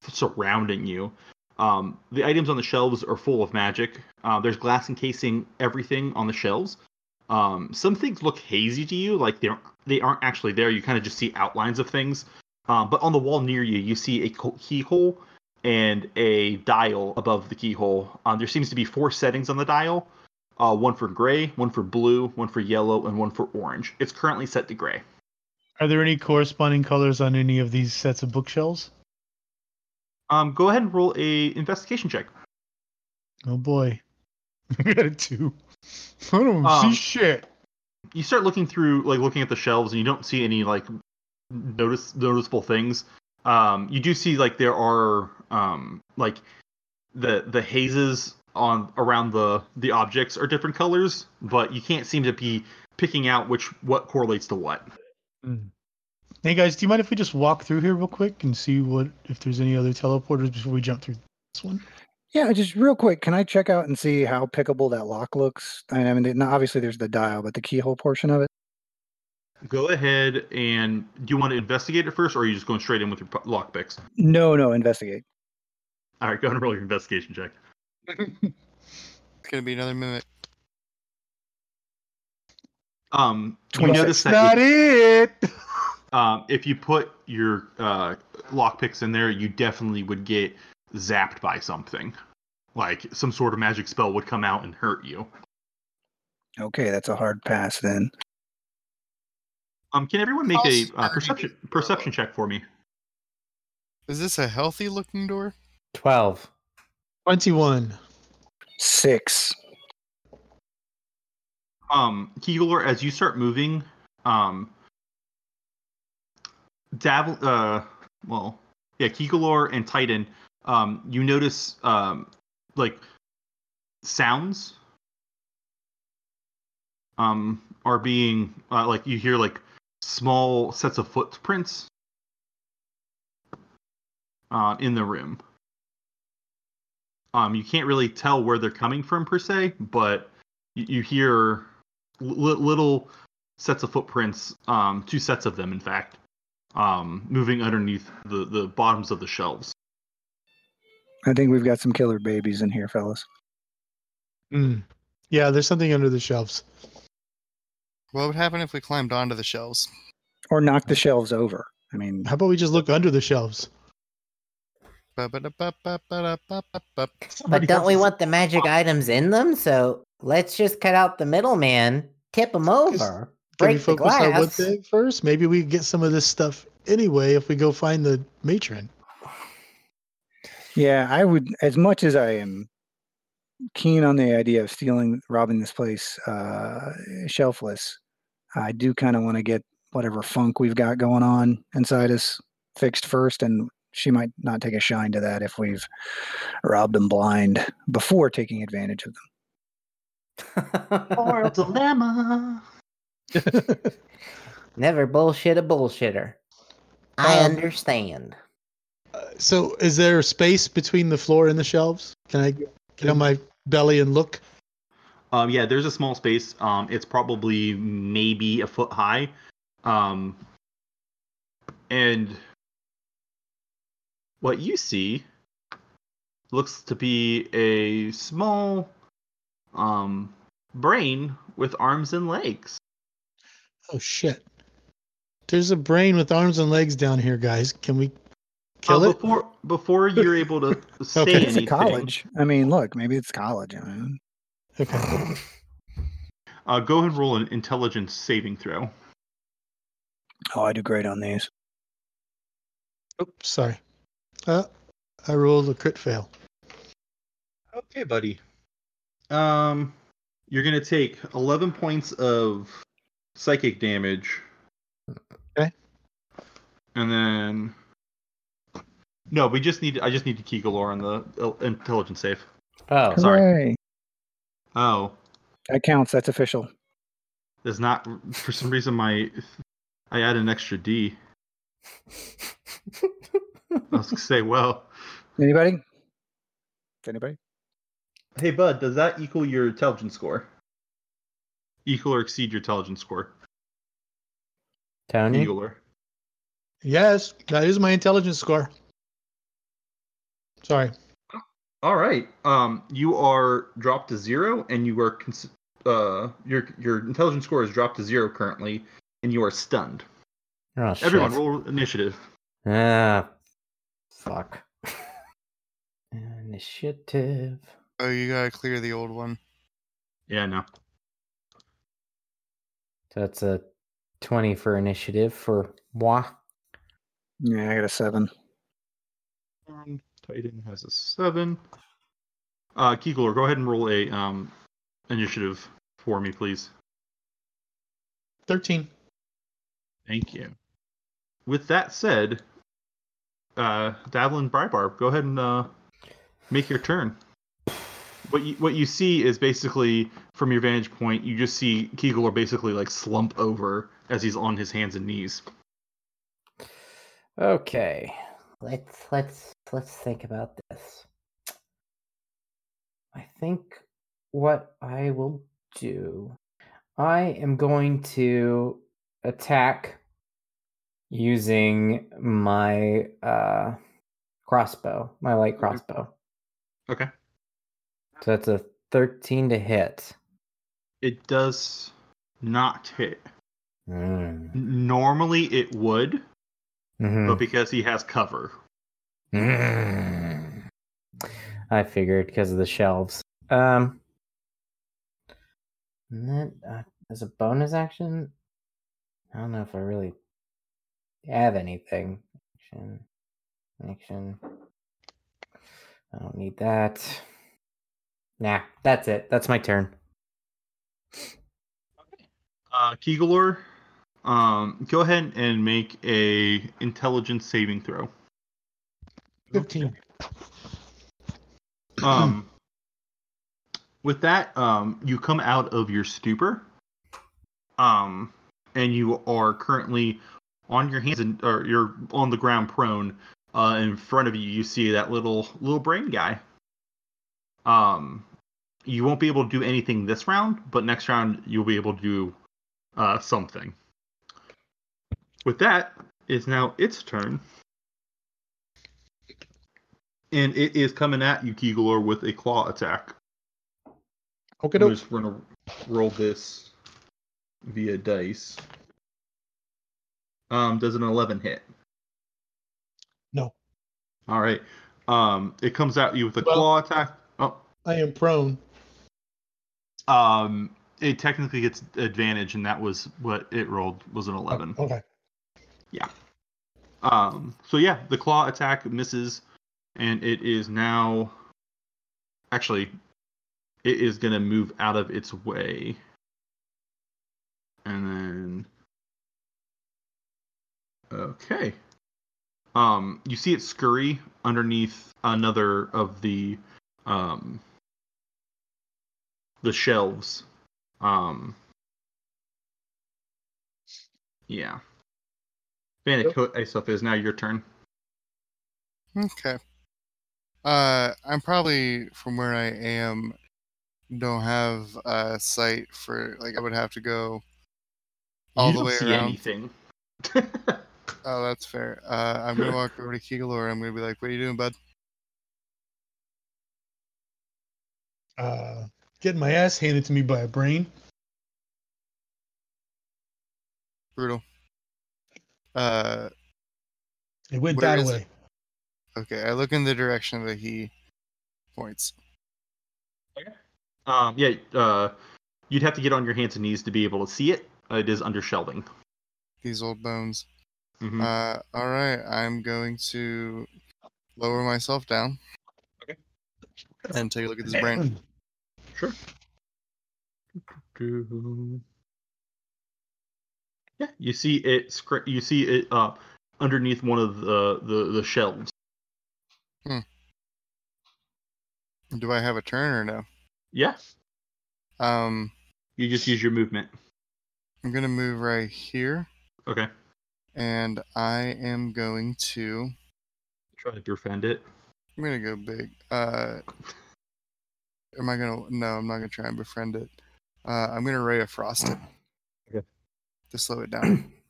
surrounding you. Um, the items on the shelves are full of magic. Uh, there's glass encasing everything on the shelves. Um, some things look hazy to you, like they're they aren't actually there. You kind of just see outlines of things. Um, but on the wall near you, you see a co- keyhole and a dial above the keyhole. Um, there seems to be four settings on the dial uh, one for gray, one for blue, one for yellow, and one for orange. It's currently set to gray.
Are there any corresponding colors on any of these sets of bookshelves?
Um, go ahead and roll a investigation check.
Oh boy. I got a two. I don't
Um,
see shit.
you start looking through like looking at the shelves and you don't see any like notice noticeable things um you do see like there are um like the the hazes on around the the objects are different colors but you can't seem to be picking out which what correlates to what
Hey guys, do you mind if we just walk through here real quick and see what if there's any other teleporters before we jump through this one?
Yeah, just real quick, can I check out and see how pickable that lock looks? I mean, it- obviously there's the dial, but the keyhole portion of it.
go ahead and do you want to investigate it first or are you just going straight in with your pu- lockpicks
No, no, investigate.
all right go ahead and roll your investigation check
It's gonna be another minute.
um you notice
That's
that
not it.
Um, if you put your uh, lockpicks in there, you definitely would get zapped by something. Like some sort of magic spell would come out and hurt you.
Okay, that's a hard pass then.
Um, can everyone make a uh,
Prosperity
perception
is
perception check for me?
Is this a healthy looking door?
Twelve.
Twenty-one.
Six.
Um, Keeler, as you start moving, um, Dav, uh, well, yeah, Keeler and Titan, um, you notice um, like sounds um are being uh, like you hear like small sets of footprints uh, in the room. Um, you can't really tell where they're coming from per se, but you, you hear li- little sets of footprints, um, two sets of them, in fact, um, moving underneath the, the bottoms of the shelves.
I think we've got some killer babies in here, fellas.
Mm. Yeah, there's something under the shelves.
What would happen if we climbed onto the shelves?
Or knock the shelves over. I mean,
How about we just look under the shelves?
Ba-ba-da-ba-ba-ba-da-ba-ba-ba.
But don't we want the magic items in them? So let's just cut out the middleman, tip them over.
Can we
break the
focus on one
glass.
thing first? Maybe we can get some of this stuff anyway if we go find the matron.
Yeah, I would. As much as I am keen on the idea of stealing, robbing this place uh, shelfless, I do kind of want to get whatever funk we've got going on inside us fixed first, and she might not take a shine to that if we've robbed them blind before taking advantage of them.
Moral dilemma.
Never bullshit a bullshitter. I
Um,
understand.
Uh, so, is there space between the floor and the shelves? Can I get on my belly and look?
Um, yeah, there's a small space. Um, it's probably maybe a foot high. Um, and what you see looks to be a small um, brain with arms and legs.
Oh shit! There's a brain with arms and legs down here, guys. Can we kill
Uh,
it?
before before you're able to say
Okay.
It's
anything,
a college. I mean, look, maybe it's college. I mean,
Okay.
Uh, go ahead and roll an intelligence saving throw.
oh, I do great on these.
Oops, sorry. Uh, I rolled a crit fail.
Okay, buddy. Um, you're gonna take eleven points of psychic damage.
Okay.
And then, no, we just need. I just need to key galore on the uh, intelligence save.
Oh,
Sorry.
Hooray.
Oh,
That counts. That's official.
there's not. For some reason, my I add an extra D. I was gonna say, well,
Anybody? Anybody?
hey bud, does that equal your intelligence score? Equal or exceed your intelligence score?
Tony.
Equal or
Yes, that is my intelligence score. Sorry.
All right. Um, you are dropped to zero, and you are cons- uh, your your intelligence score is dropped to zero currently, and you are stunned.
Oh, shit.
Everyone, roll initiative.
Ah, fuck. Initiative.
Oh, you gotta clear the old one.
Yeah, no.
So that's a 20 for initiative for moi.
Yeah, I got a seven.
Um, Titan has a seven. Uh, Kegler, go ahead and roll a um, initiative for me, please.
13.
Thank you. With that said, uh, Davlin Brybar, go ahead and uh, make your turn. What you, what you see is basically from your vantage point, you just see Kegler basically like slump over as he's on his hands and knees.
Okay.
Let's let's let's think about this. I think what I will do I am going to attack using my uh crossbow, my light crossbow.
Okay.
So that's a 13 to hit.
It does not hit.
Mm.
N- Normally it would,
Mhm.
but because he has cover.
Mm. I figured because of the shelves. Um, and then uh, as a bonus action, I don't know if I really have anything. Action, action. I don't need that. Nah, that's it. That's my turn.
Uh, Kegler, um, go ahead and make a intelligence saving throw.
15.
um with that um you come out of your stupor um and you are currently on your hands and or you're on the ground prone uh in front of you you see that little little brain guy um you won't be able to do anything this round but next round you'll be able to do uh something with that is now its turn and it is coming at you, Kegelor, with a claw attack.
Okay,
I'm just gonna roll this via dice. Um, does an eleven hit?
No.
All right. Um, it comes at you with a
Well-
claw attack. Oh,
I am prone.
um, it technically gets advantage, and that was what it rolled was an eleven.
Okay.
Um, so yeah, the claw attack misses, and it is now. Actually, it is gonna move out of its way, and then. Okay. Um, you see it scurry underneath another of the, um, the shelves. Um. Yeah. Bandicoot Aesop is now your turn.
Okay. Uh, I'm probably from where I am. Don't have uh, sight for like I would have to go all
you
the
don't
way
see
around.
anything.
Oh, that's fair. Uh, I'm gonna walk over to Kegelor. I'm gonna be like, "What are you doing, bud?"
Uh, getting my ass handed to me by a brain.
Brutal. Uh,
It went
Where
that
is
way.
it? okay. I look in the direction that he points.
um, yeah, uh, you'd have to get on your hands and knees to be able to see it. Uh, it is under shelving.
These old bones.
Mhm.
Uh, all right. I'm going to lower myself down.
Okay.
And take a look at this brain.
Yeah, you see it. scra- You see it uh, underneath one of the the, the shelves.
Do I have a turn or no?
Yeah,
Um,
you just use your movement.
I'm gonna move right here,
Okay,
and I am going to.
try to defend it.
I'm gonna go big. Uh, am I gonna? No, I'm not gonna try and befriend it. Uh, I'm gonna ray of frost it.
Okay.
To slow it down.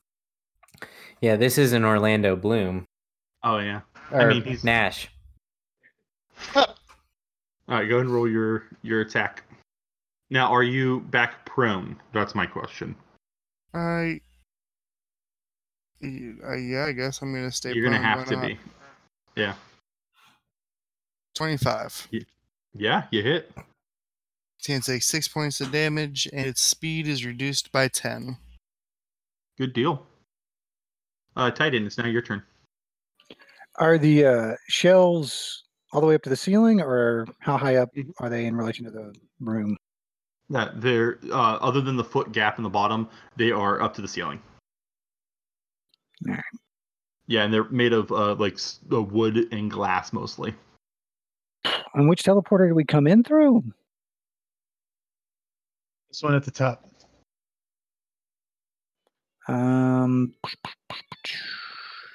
Yeah, this is an Orlando Bloom
Oh yeah.
or
mean, he's-
Nash.
All right, go ahead and roll your your attack. Now, are you back prone? That's my question.
I. y- I- yeah, I guess I'm gonna stay.
You're gonna
prone, why
have to
not?
be.
Twenty-five.
Yeah, you hit.
Tan takes six points of damage, and its speed is reduced by ten.
Good deal. Uh, Titan, it's now your turn.
Are the uh, shelves all the way up to the ceiling, or how high up
Mhm.
are they in relation to the room?
That they're uh, other than the foot gap in the bottom, they are up to the ceiling.
Alright.
Yeah, and they're made of uh, like s- uh, wood and glass mostly.
And which teleporter do we come in through?
This one at the top.
Um,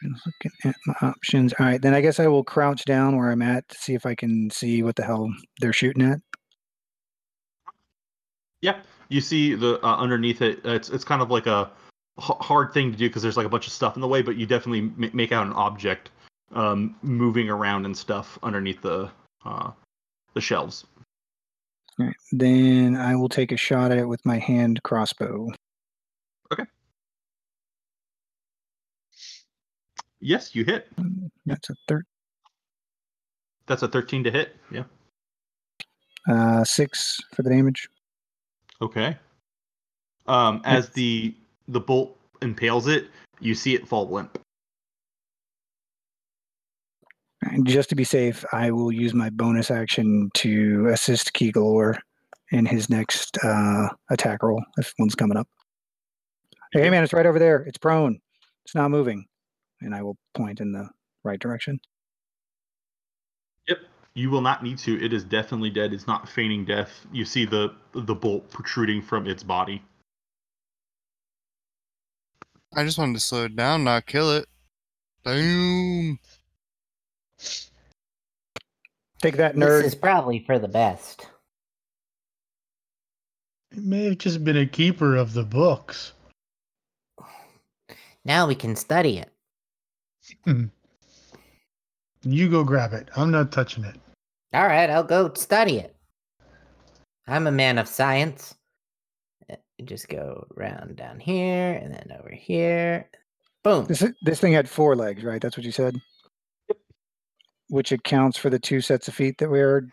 looking at my options. All right, then I guess I will crouch down where I'm at to see if I can see what the hell they're shooting at.
Yeah, you see the uh, underneath it. It's it's kind of like a h- hard thing to do because there's like a bunch of stuff in the way, but you definitely m- make out an object um, moving around and stuff underneath the uh, the shelves.
All right, then I will take a shot at it with my hand crossbow.
Yes, you hit.
Mm, That's a third,
That's a 13 to hit. Yeah.
uh, six for the damage.
Okay. Um, as the the bolt impales it, you see it fall limp.
And just to be safe, I will use my bonus action to assist Keegalore in his next uh, attack roll if one's coming up. Hey, man, it's right over there. It's prone. It's not moving. And I will point in the right direction.
You will not need to. It is definitely dead. It's not feigning death. You see the the bolt protruding from its body.
I just wanted to slow it down, not kill it. Damn.
Take that,
This
nerd.
is probably for the best.
It may have just been a keeper of the books.
Now we can study it.
You go grab it. I'm not touching it.
All right, I'll go study it. I'm a man of science. Uh, Just go round down here and then over here. Boom.
This, this thing had four legs, right? That's what you said? which accounts for the two sets of feet that we heard.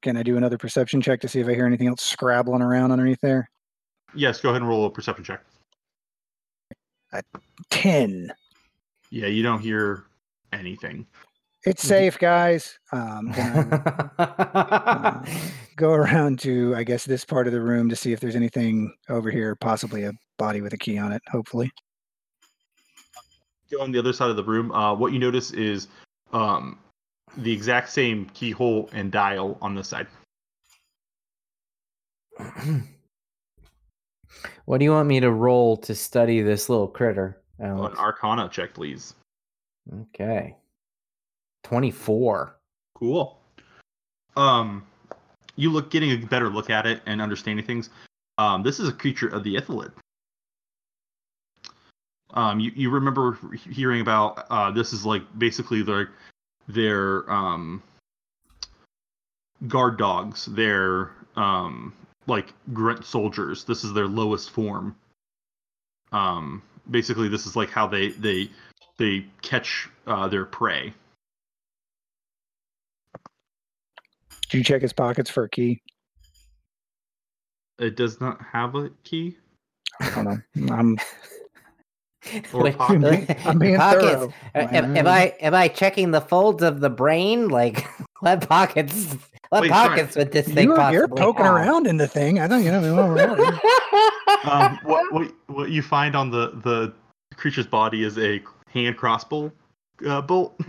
Can I do another perception check to see if I hear anything else scrabbling around underneath there?
Yes, go ahead and roll a perception check.
10.
Yeah, you don't hear anything.
It's safe, guys. Um, gonna go around to, I guess, this part of the room to see if there's anything over here, possibly a body with a key on it, hopefully.
Go on the other side of the room. Uh, what you notice is um, the exact same keyhole and dial on this side.
what do you want me to roll to study this little critter?
An
Alex?
Arcana check, please.
Okay. 24.
Cool. Um, you look getting a better look at it and understanding things. Um, this is a creature of the Ithalid. Um, you, you remember hearing about uh, this is like basically their their um, guard dogs, their um, like grunt soldiers. This is their lowest form. Um, basically, this is like how they they they catch uh, their prey.
Do you check his pockets for a key?
It does not have a key.
I don't know. I'm,
Or
Like,
pocket.
like,
I'm being
pockets.
thorough.
Uh, Am,
Mm-hmm.
am I am I checking the folds of the brain? Like what pockets? What
Wait, sorry.
pockets would this thing
You're,
possibly
you're poking
have?
around in the thing. I don't you know what we're at.
Um, what, what what you find on the the creature's body is a hand crossbow uh, bolt,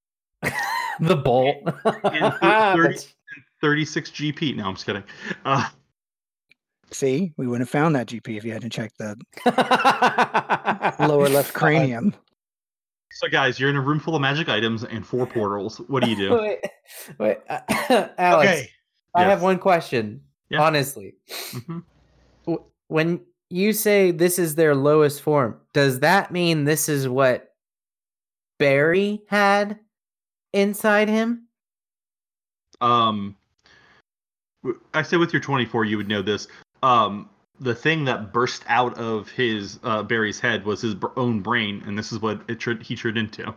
the bolt.
And thir- thirty- 36 GP. No, I'm just kidding. Uh,
See, we wouldn't have found that GP if you hadn't checked the lower left cranium.
so guys, you're in a room full of magic items and four portals. What do you do?
Wait, wait, uh, Alex.
Okay.
I have
Yes.
one question.
Yeah.
Honestly,
Mhm.
W- when you say this is their lowest form, does that mean this is what Barry had inside him?
Um, w- I say with your 24, you would know this. Um, the thing that burst out of his uh, Barry's head was his br- own brain, and this is what it tr- he turned into.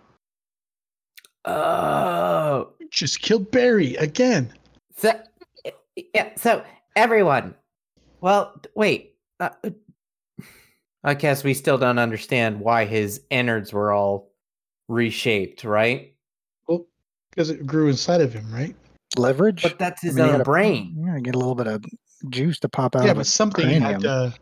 Oh,
Just kill Barry again.
so y- yeah. So everyone. Well, d- wait. Uh, uh, I guess we still don't understand why his innards were all reshaped, right?
Because it grew inside of him, right?
Leverage?
But that's his
mean, he
own
had a-
brain.
Yeah, get a little bit of juice to pop
Uh,
out.
yeah,
of
but
it.
something
cranium.
had to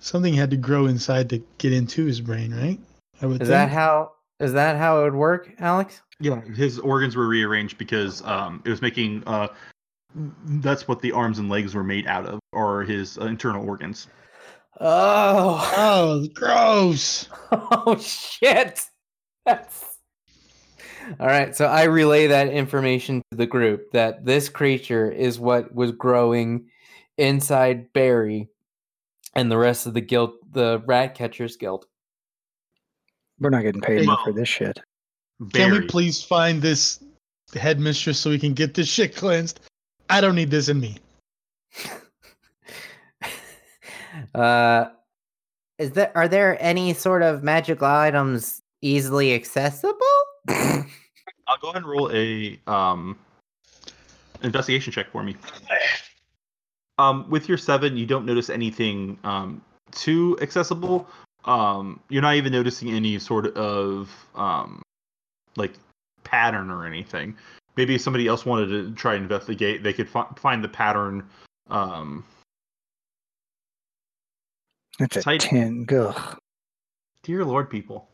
something had to grow inside to get into his brain, right? I would
Is
think.
that how is that how it would work, Alex?
Yeah, his organs were rearranged because um, it was making. Uh, that's what the arms and legs were made out of, or his uh, internal organs.
Oh,
oh, gross.
oh shit. That's all right. So I relay that information to the group that this creature is what was growing inside Barry and the rest of the guild the rat catchers guild.
We're not getting paid
Hey,
enough
well,
for this shit.
Can
Very-
we please find this headmistress so we can get this shit cleansed? I don't need this in me.
uh is there are there any sort of magical items easily accessible?
I'll go ahead and roll a um, investigation check for me. Um, with your seven, you don't notice anything um, too accessible. Um, you're not even noticing any sort of um, like pattern or anything. Maybe if somebody else wanted to try and investigate. They could fi- find the pattern. Um,
That's a
Tight.
10. Ugh.
dear lord, people.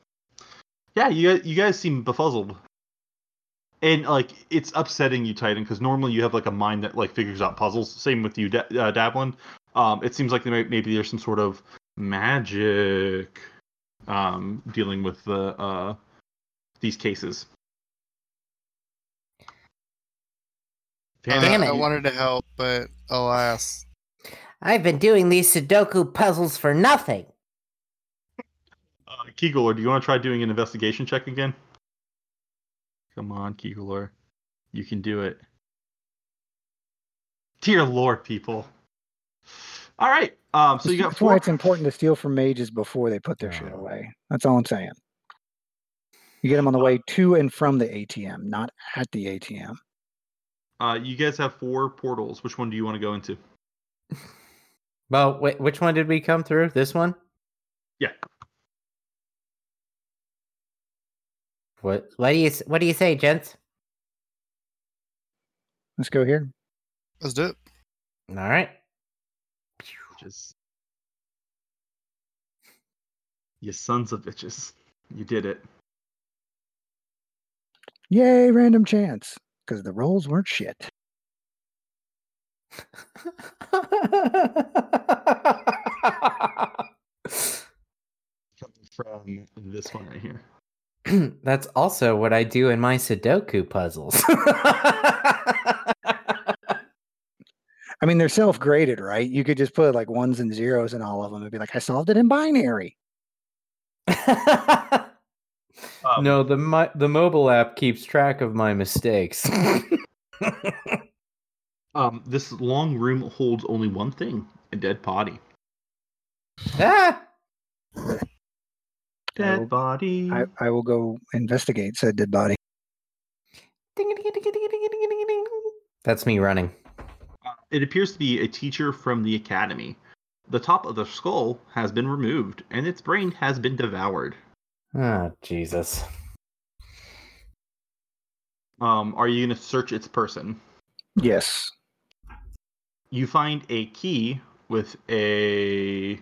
Yeah, you guys, you guys seem befuzzled, and like it's upsetting you, Titan, because normally you have like a mind that like figures out puzzles. Same with you, da- uh, Dablin. Um, it seems like there may- maybe there's some sort of magic um, dealing with the uh, these cases.
Uh,
Damn
I
it.
wanted to help, but alas.
I've been doing these Sudoku puzzles for nothing.
Uh, Keegler, do you want to try doing an investigation check again? Come on, Keegler. You can do it. Dear Lord, people. All right. Um, so you got
That's why
four.
it's important to steal from mages before they put their shit
Oh.
away. That's all I'm saying. You get them on the way to and from the ATM, not at the ATM.
Uh, you guys have four portals. Which one do you want to go into?
Well, wh- which one did we come through? This one?
Yeah.
What?
What do you s- What do you say, gents?
Let's go here.
Let's do it.
All right.
Just you sons of bitches. You did it.
Yay, random chance. Because the rolls weren't shit.
Coming from this one right here.
That's also what I do in my Sudoku puzzles.
I mean, they're self graded, right? You could just put like ones and zeros in all of them and be like, I solved it in binary.
Um,
no, the mi- the mobile app keeps track of my mistakes.
Um, this long room holds only one thing: a dead body.
ah!
Dead
body.
I, I will go investigate, said dead body.
That's me running.
Uh, It appears to be a teacher from the academy. The top of the skull has been removed, and its brain has been devoured.
Oh Jesus.
Um, are you going to search its person?
Yes.
You find a key with a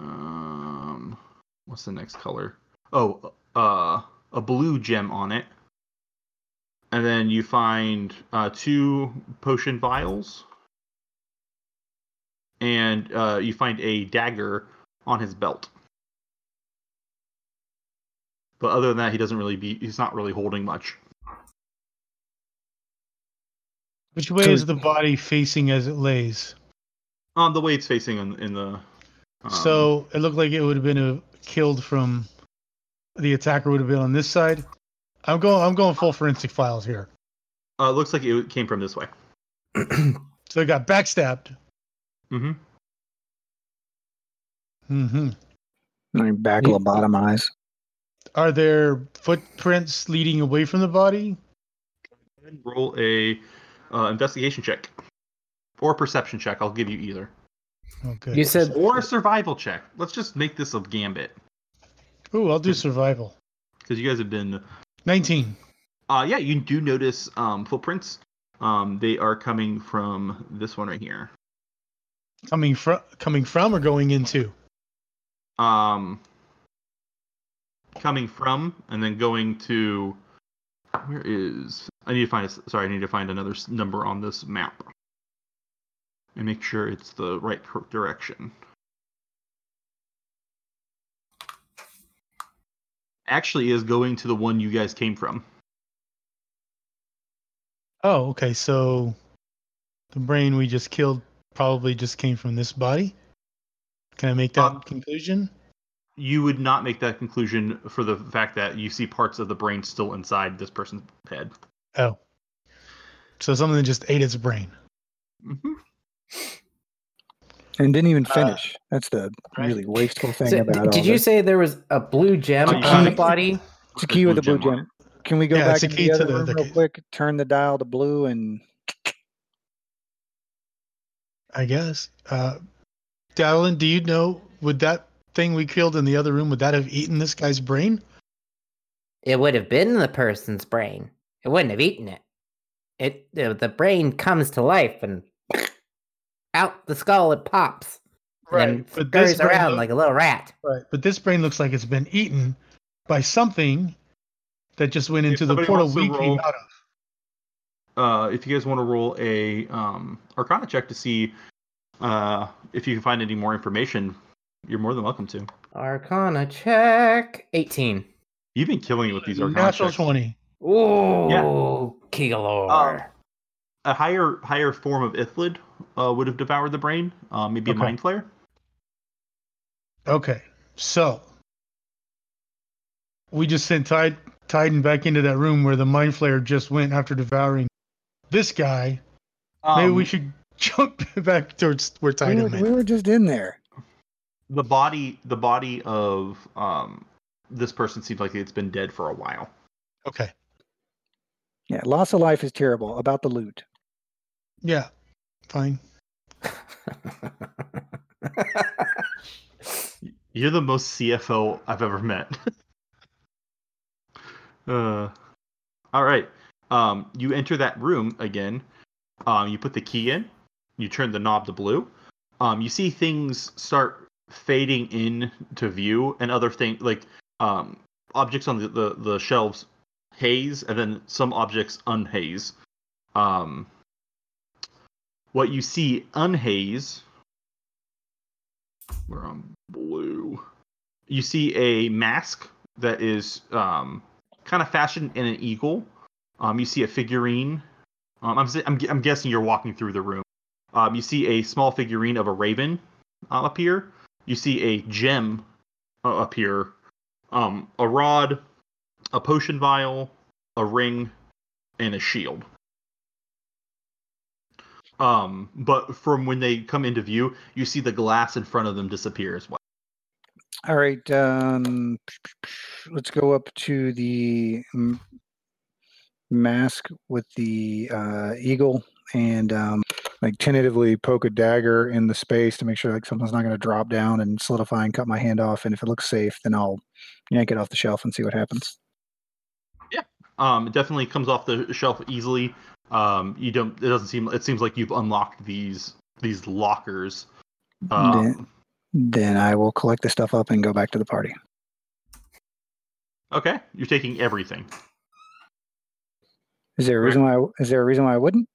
um, what's the next color? Oh, uh, a blue gem on it. And then you find uh, two potion vials, and uh, you find a dagger on his belt. But other than that, he doesn't really be. He's not really holding much.
Which way is the body facing as it lays?
Um, the way it's facing in, in the. Um,
so it looked like it would have been a, killed from the attacker would have been on this side. I'm going. I'm going full forensic files here.
uh, it looks like it came from this way.
So it got backstabbed.
hmm
hmm
I back
You-
lobotomize.
Are there footprints leading away from the body?
Roll a uh, investigation check or perception check. I'll give you either
Okay.
You said
or a survival check. Let's just make this a gambit
Ooh, I'll do survival.
because you guys have been.
Nineteen.
Uh, yeah, you do notice um, footprints. Um, they are coming from this one right here.
Coming from, coming from, or going into?
Um, coming from and then going to. Where is? I need to find. a s sorry, I need to find another s- number on this map and make sure it's the right cor- direction. Actually, is going to the one you guys came from.
Oh, okay. So the brain we just killed probably just came from this body. Can I make that
Um,
conclusion?
You would not make that conclusion for the fact that you see parts of the brain still inside this person's head.
Oh. So something just ate its brain.
Mm-hmm.
And didn't even
Uh,
finish. That's the
right.
really wasteful thing
So,
about
d-
all
did you
this.
say there was a blue gem
Oh, you
on the
found it.
body?
It's a key with a blue
on it.
gem. Can we go
Yeah,
back
it's a
into
key
the
to
other
the-
room
the
real
key.
quick? Turn the dial to blue and
I guess. Uh Dallin, do you know would that thing we killed in the other room would that have eaten this guy's brain?
It would have been the person's brain. It wouldn't have eaten it. It the, the brain comes to life and out the skull it pops. And then
But this
goes
brain
around
look-
like a little rat.
right. But this brain looks like it's been eaten by something that just went
If
into the
somebody
portal
wants to
we
roll-
came out
uh,
of.
if you guys want to roll a um, Arcana check to see uh, if you can find any more information, you're more than welcome to.
Arcana check. 18.
You've been killing it with these Arcana
Natural
checks.
twenty.
Ooh, Keylor.
Um, A higher higher form of Ithlid uh, would have devoured the brain, uh, maybe
Okay.
a mind flare.
Okay, so we just sent Tide Titan back into that room where the mind flayer just went after devouring this guy. Maybe we
Um,
should jump back towards where
we
Titan
were,
went.
we were just in there.
The body the body of um, this person seems like it's been dead for a while.
Okay.
Yeah, loss of life is terrible. About the loot.
Yeah. Fine.
Um,
You're the most CFO I've ever met. uh, all right. Um, you enter that room again. Um, you put the key in. You turn the knob to blue. Um, you see things start fading in to view, and other things like um, objects on the, the, the shelves haze, and then some objects unhaze. Um, what you see unhaze we're on blue. You see a mask that is um, kind of fashioned in an eagle. Um, you see a figurine. Um, I'm, si- I'm, gu- I'm guessing you're walking through the room. Um, you see a small figurine of a raven um, appear. You see a gem uh, appear. Um, a rod, a potion vial, a ring, and a shield. Um, but from when they come into view, you see the glass in front of them disappear as well.
All right. Um, let's go up to the m- mask with the uh, eagle and um, like tentatively poke a dagger in the space to make sure like something's not going to drop down and solidify and cut my hand off. And if it looks safe, then I'll yank it off the shelf and see what happens.
Um, it definitely comes off the shelf easily. Um, you don't. It doesn't seem. It seems like you've unlocked these these lockers. Um,
Then I will collect the stuff up and go back to the party.
okay, you're taking everything.
Is there a
Right.
reason why? I, is there a reason why I wouldn't?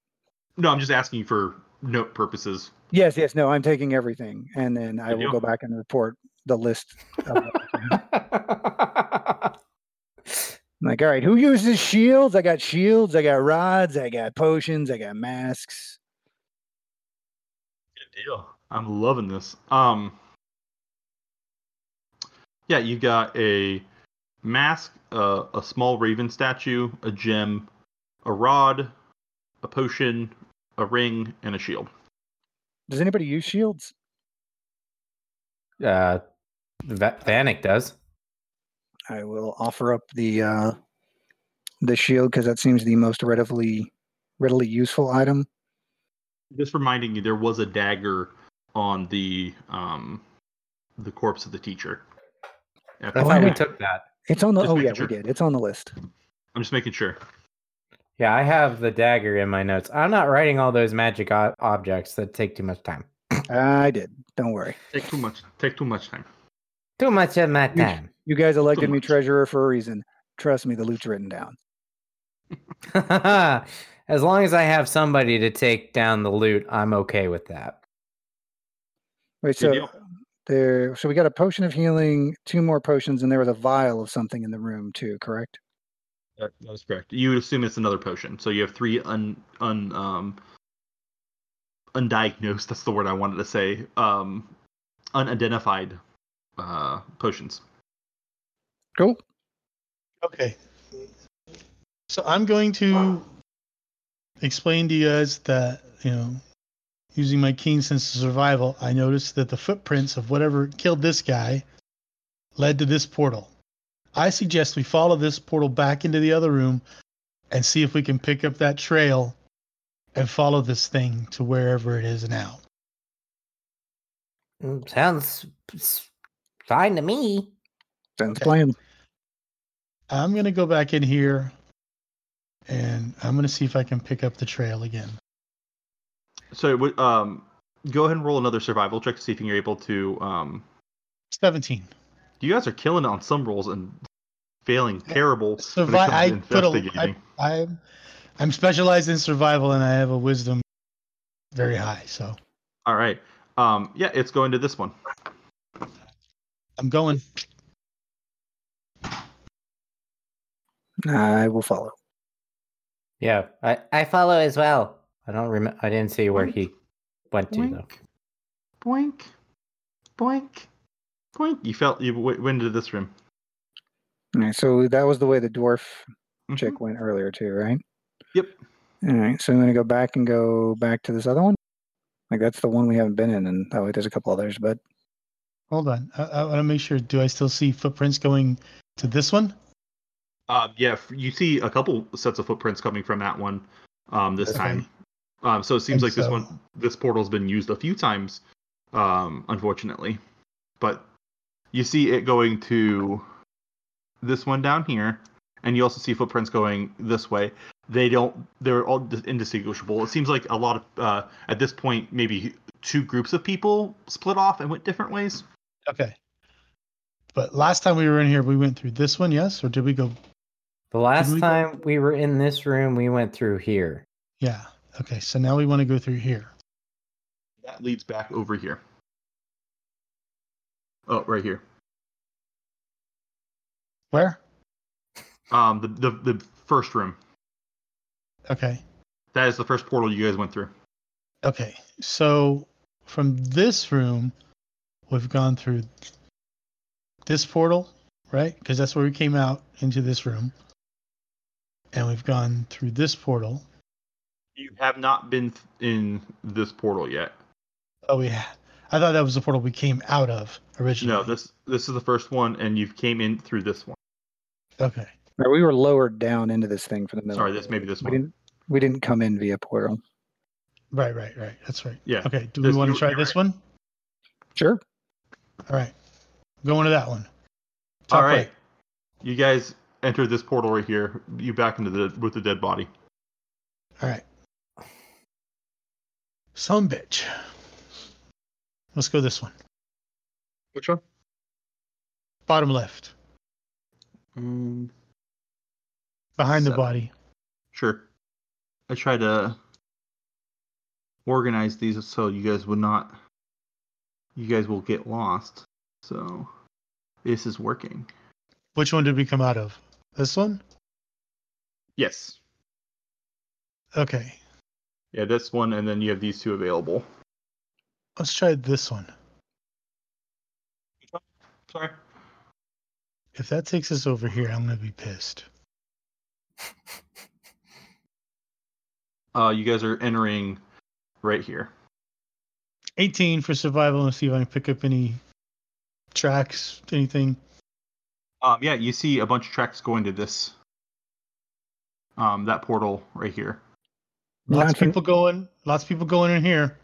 No, I'm just asking for note purposes.
Yes, yes, no, I'm taking everything, and then I
Good
will
deal.
go back and report the list. Of, like, all right, who uses shields? I got shields. I got rods. I got potions. I got masks.
Good deal. I'm loving this. Um, yeah, you got a mask, uh, a small raven statue, a gem, a rod, a potion, a ring, and a shield.
Does anybody use shields?
Uh, Va- Vanek does.
I will offer up the uh, the shield because that seems the most readily readily useful item.
Just reminding you, there was a dagger on the um, the corpse of the teacher. At
I
the
Oh,
thought we
yeah.
back.
took that.
It's on the.
Just
oh
making
yeah,
sure.
we did. It's on the list.
I'm just making sure.
Yeah, I have the dagger in my notes. I'm not writing all those magic o- objects that take too much time.
I did. Don't worry.
Take too much. Take too much time.
Too much of my
Huge.
time.
You guys elected me
much.
treasurer for a reason. Trust me, the loot's written down.
as long as I have somebody to take down the loot, I'm okay with that.
Wait,
Good
so
deal.
there so we got a potion of healing two more potions and there was a vial of something in the room too correct
That, that is correct. You would assume it's another potion. So you have three un un um undiagnosed. That's the word I wanted to say. Um, unidentified uh potions.
cool
Okay. So I'm going to explain to you guys that, you know, using my keen sense of survival, I noticed that the footprints of whatever killed this guy led to this portal. I suggest we follow this portal back into the other room and see if we can pick up that trail and follow this thing to wherever it is now.
Mm, Sounds s- fine to me.
sounds
Okay.
plain
I'm going to go back in here and I'm going to see if I can pick up the trail again.
So it would, um, go ahead and roll another survival check to see if you're able to um.
17.
You guys are killing it on some rolls and failing terrible. when it
Survi-
comes to
I put a- I-
investigating.
I'm I'm specialized in survival and I have a wisdom very high, so
All right. Um, yeah, it's going to this one.
I'm going.
i will follow
Yeah, I, I follow as well. I don't remember. I didn't see where he went to though.
Boink. Boink. Boink. Boink. You felt you w- went into this room.
all right so that was the way the dwarf
Mhm.
chick went earlier too right
Yep.
all right so i'm going to go back and go back to this other one like that's the one we haven't been in and oh wait there's a couple others but
Hold on. I, I want to make sure. Do I still see footprints going to this one?
Uh, yeah, f- you see a couple sets of footprints coming from that one um, this
Okay.
time. Um, so it seems
And
like this
so-
one, this portal's been used a few times, um, unfortunately. But you see it going to this one down here, and you also see footprints going this way. They don't; they're all dis- indistinguishable. It seems like a lot of, uh, at this point, maybe two groups of people split off and went different ways.
Okay. But last time we were in here, we went through this one, yes? Or did we go?
The last
we go-
time we were in this room, we went through here.
Yeah. Okay. So now we want to go through here.
That leads back over here. Oh, right here.
Where?
Um, the, the the first room.
Okay.
That is the first portal you guys went through.
Okay. So from this room, we've gone through this portal, right? Because that's where we came out into this room. And we've gone through this portal.
You have not been th- in this portal yet.
Oh, we ha I thought that was the portal we came out of originally.
No, this this is the first one, and you've came in through this one.
Okay.
Or we were lowered down into this thing for the middle.
Sorry, this maybe this
we
one.
didn't, we didn't come in via portal.
Right, right, right. That's right.
Yeah.
Okay. Do
This-
we want
you-
to try
you're
this one?
Sure.
All right. Going to that one.
All
Top
right.
right.
You guys enter this portal right here. You back into the with the dead body.
All right. Some bitch. Let's go this one.
Which one?
Bottom left.
Um,
Behind the
Seven.
body.
sure. I try to organize these so you guys would not. You guys will get lost. So this is working.
Which one did we come out of? This one?
Yes.
Okay.
Yeah, this one, and then you have these two available.
Let's try this one.
Sorry.
If that takes us over here, I'm going to be pissed.
Uh, you guys are entering right here.
18 for survival. Let's see if I can pick up any tracks, anything.
Um, yeah, you see a bunch of tracks going to this, um, that portal right here.
Lots
Not
of
for,
people going. Lots of people going in here.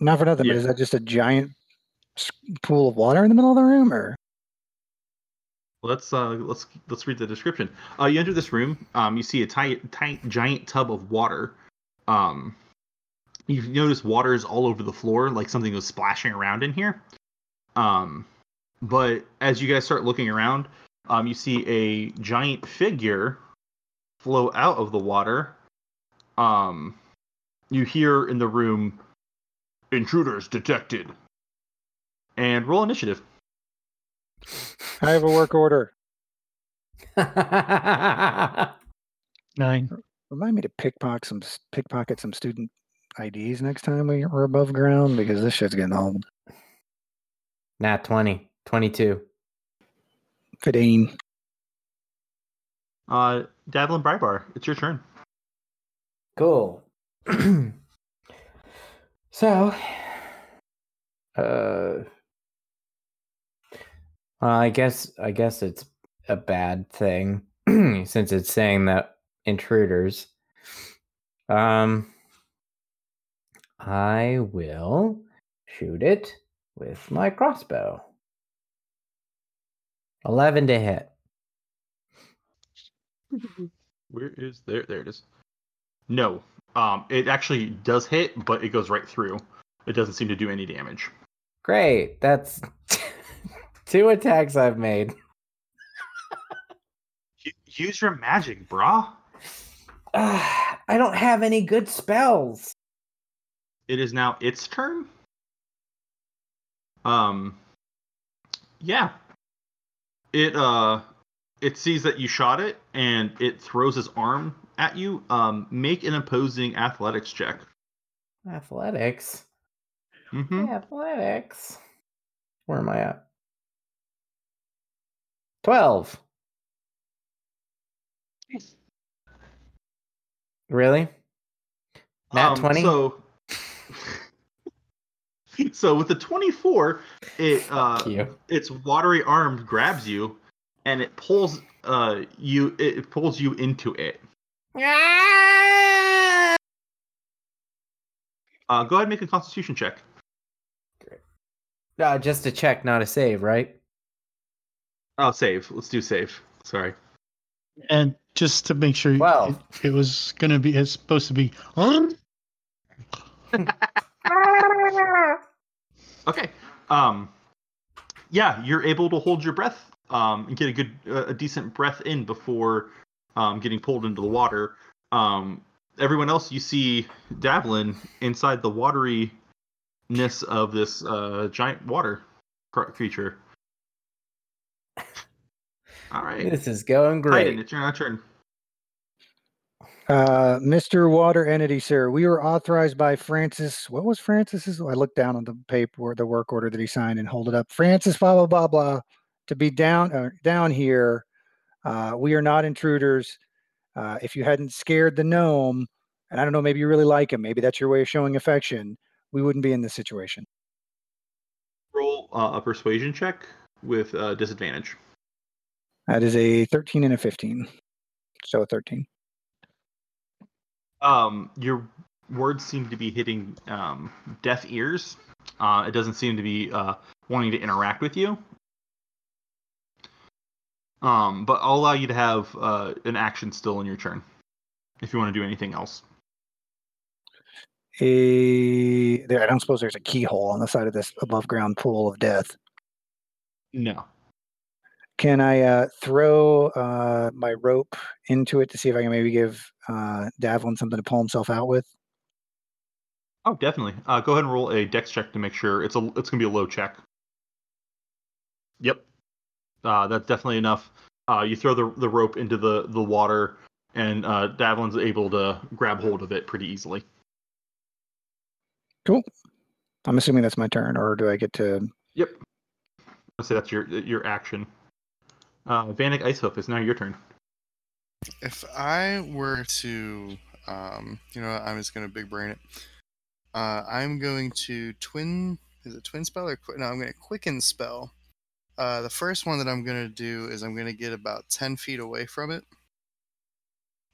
not for nothing,
Yeah.
but is that just a giant s- pool of water in the middle of the room? Or
Let's uh, let's let's read the description. Uh, you enter this room. Um, you see a tight, tight, giant tub of water. Um, you notice water is all over the floor, like something was splashing around in here. Um, but as you guys start looking around, um, you see a giant figure flow out of the water. Um, you hear in the room, "Intruders detected," and roll initiative.
I have a work order.
Nine.
Remind me to pickpocket some s- pickpocket some student IDs next time we are above ground because this shit's getting old.
Not 20, 22.
Fifteen.
Uh, Davlin Brybar, it's your turn.
Cool. so, uh, well, I guess I guess it's a bad thing since it's saying that intruders. Um, I will shoot it with my crossbow. Eleven to hit.
Where is there? There it is. No, um, it actually does hit, but it goes right through. It doesn't seem to do any damage.
Great. That's two attacks I've made.
Use your magic, brah.
Ah, I don't have any good spells.
It is now its turn. Um, yeah. It uh, it sees that you shot it, and it throws his arm at you. Um, make an opposing athletics check.
Athletics.
Mm-hmm.
Athletics. Where am I at? 12.
Um,
Really? Nat 20?
So so with the 24, it uh,
Fuck you.
its watery arm grabs you, and it pulls uh you it pulls you into it. Uh, go ahead and make a Constitution check.
Uh, just a check, not a save, right?
Oh, save. Let's do save. Sorry.
And just to make sure,
Wow.
it, it was gonna be. It's supposed to be. Huh?
Okay. Um, yeah, you're able to hold your breath um, and get a good, uh, a decent breath in before um, getting pulled into the water. Um, everyone else, you see Davlin inside the wateryness of this uh, giant water cr- creature. All right.
This is going
Titan,
great.
it's your turn.
Uh, Mr. Water Entity, sir, we were authorized by Francis. What was Francis's? oh, I looked down on the paper, the work order that he signed, and hold it up. Francis, blah blah blah blah, to be down uh, down here. Uh, we are not intruders. Uh, if you hadn't scared the gnome, and I don't know, maybe you really like him. Maybe that's your way of showing affection. We wouldn't be in this situation.
Roll uh, a persuasion check with uh, disadvantage.
That is a thirteen and a fifteen, so a thirteen.
um your words seem to be hitting um deaf ears uh it doesn't seem to be uh wanting to interact with you um but i'll allow you to have uh an action still in your turn if you want to do anything else
A there. I don't suppose there's a keyhole on the side of this above ground pool of death.
no
Can I uh, throw uh, my rope into it to see if I can maybe give uh, Davlin something to pull himself out with?
oh definitely uh go ahead and roll a dex check to make sure it's a it's gonna be a low check yep uh that's definitely enough uh you throw the the rope into the the water and uh davlin's able to grab hold of it pretty easily
I'm assuming that's my turn, or do I get to?
Let's say that's your your action. Uh, Vanek Icehoof, it's now your turn.
if I were to, um, you know, what, I'm just gonna big brain it. Uh, I'm going to twin. Is it twin spell or qui- no? I'm gonna quicken spell. Uh, the first one that I'm gonna do is I'm gonna get about ten feet away from it.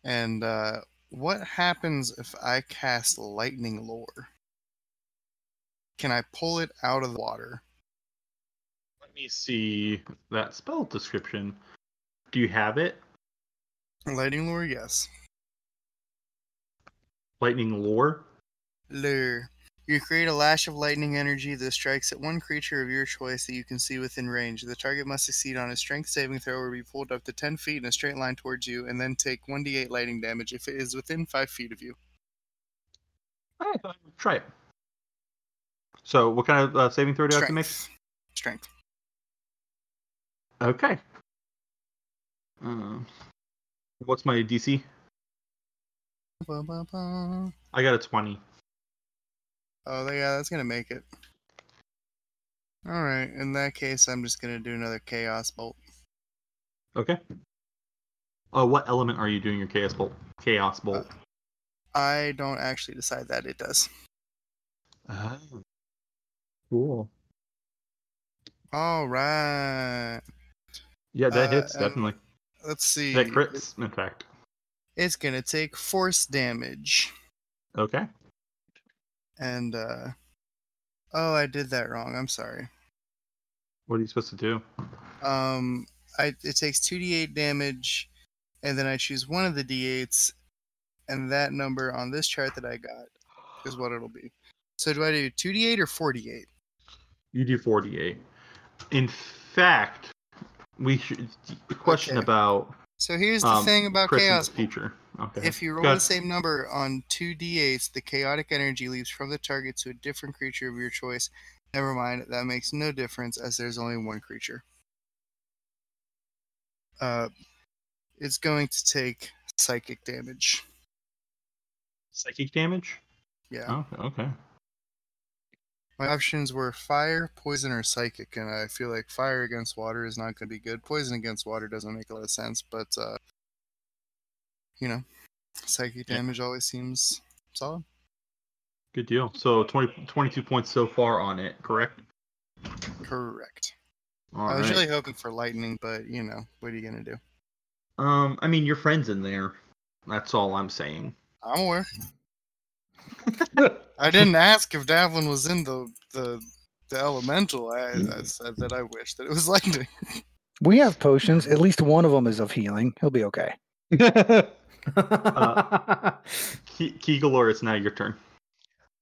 And uh, what happens if I cast lightning lore? Can I pull it out of the water?
Let me see that spell description. Do you have it?
Lightning lore, yes.
Lightning lore.
Lure. You create a lash of lightning energy that strikes at one creature of your choice that you can see within range. The target must succeed on a strength saving throw or be pulled up to 10 feet in a straight line towards you and then take 1d8 lightning damage if it is within 5 feet of you.
All right, go ahead and try it. So, what kind of uh, saving throw do I have to make?
Strength. Strength.
Okay. Um, what's my DC?
Ba, ba, ba.
I got a twenty.
Oh, they- yeah, that's going to make it. Alright, in that case, I'm just going to do another Chaos Bolt.
Okay. Uh, what element are you doing your chaos bolt? Chaos bolt.
I don't actually decide that it does.
Oh. Cool.
Alright.
Yeah, that
Uh,
hits
and-
definitely.
Let's see.
That crits, in fact.
It's going to take force damage.
Okay.
and uh oh i did that wrong i'm sorry
What are you supposed to do?
um i it takes 2d8 damage and then i choose one of the d8s and that number on this chart that i got is what it'll be so do i do 2d8 or 48
You do 48. In fact, we should the question
Okay.
about
so here's the
um,
thing about
Chris in
chaos
the future. Okay.
If you roll
Uh-huh. Go
the
ahead.
same number on two d8s, the chaotic energy leaps from the target to a different creature of your choice. Never mind, that makes no difference as there's only one creature. Uh, it's going to take psychic damage.
psychic damage.
Yeah.
Oh, okay.
My options were fire, poison, or psychic, and I feel like fire against water is not going to be good. Poison against water doesn't make a lot of sense, but uh, you know, psychic
Yeah.
damage always seems solid.
Good deal. So 20, 22 points so far on it, correct?
Correct.
All
I was
right.
really hoping for lightning, but you know, what are you gonna do?
Um, I mean, your friend's in there. That's all I'm saying.
I'm aware. I didn't ask if Davlin was in the the, the elemental. I,
Mm.
I said that I wish that it was lightning.
We have potions. At least one of them is of healing. He'll be okay.
Ke- Keegalore, it's now your turn.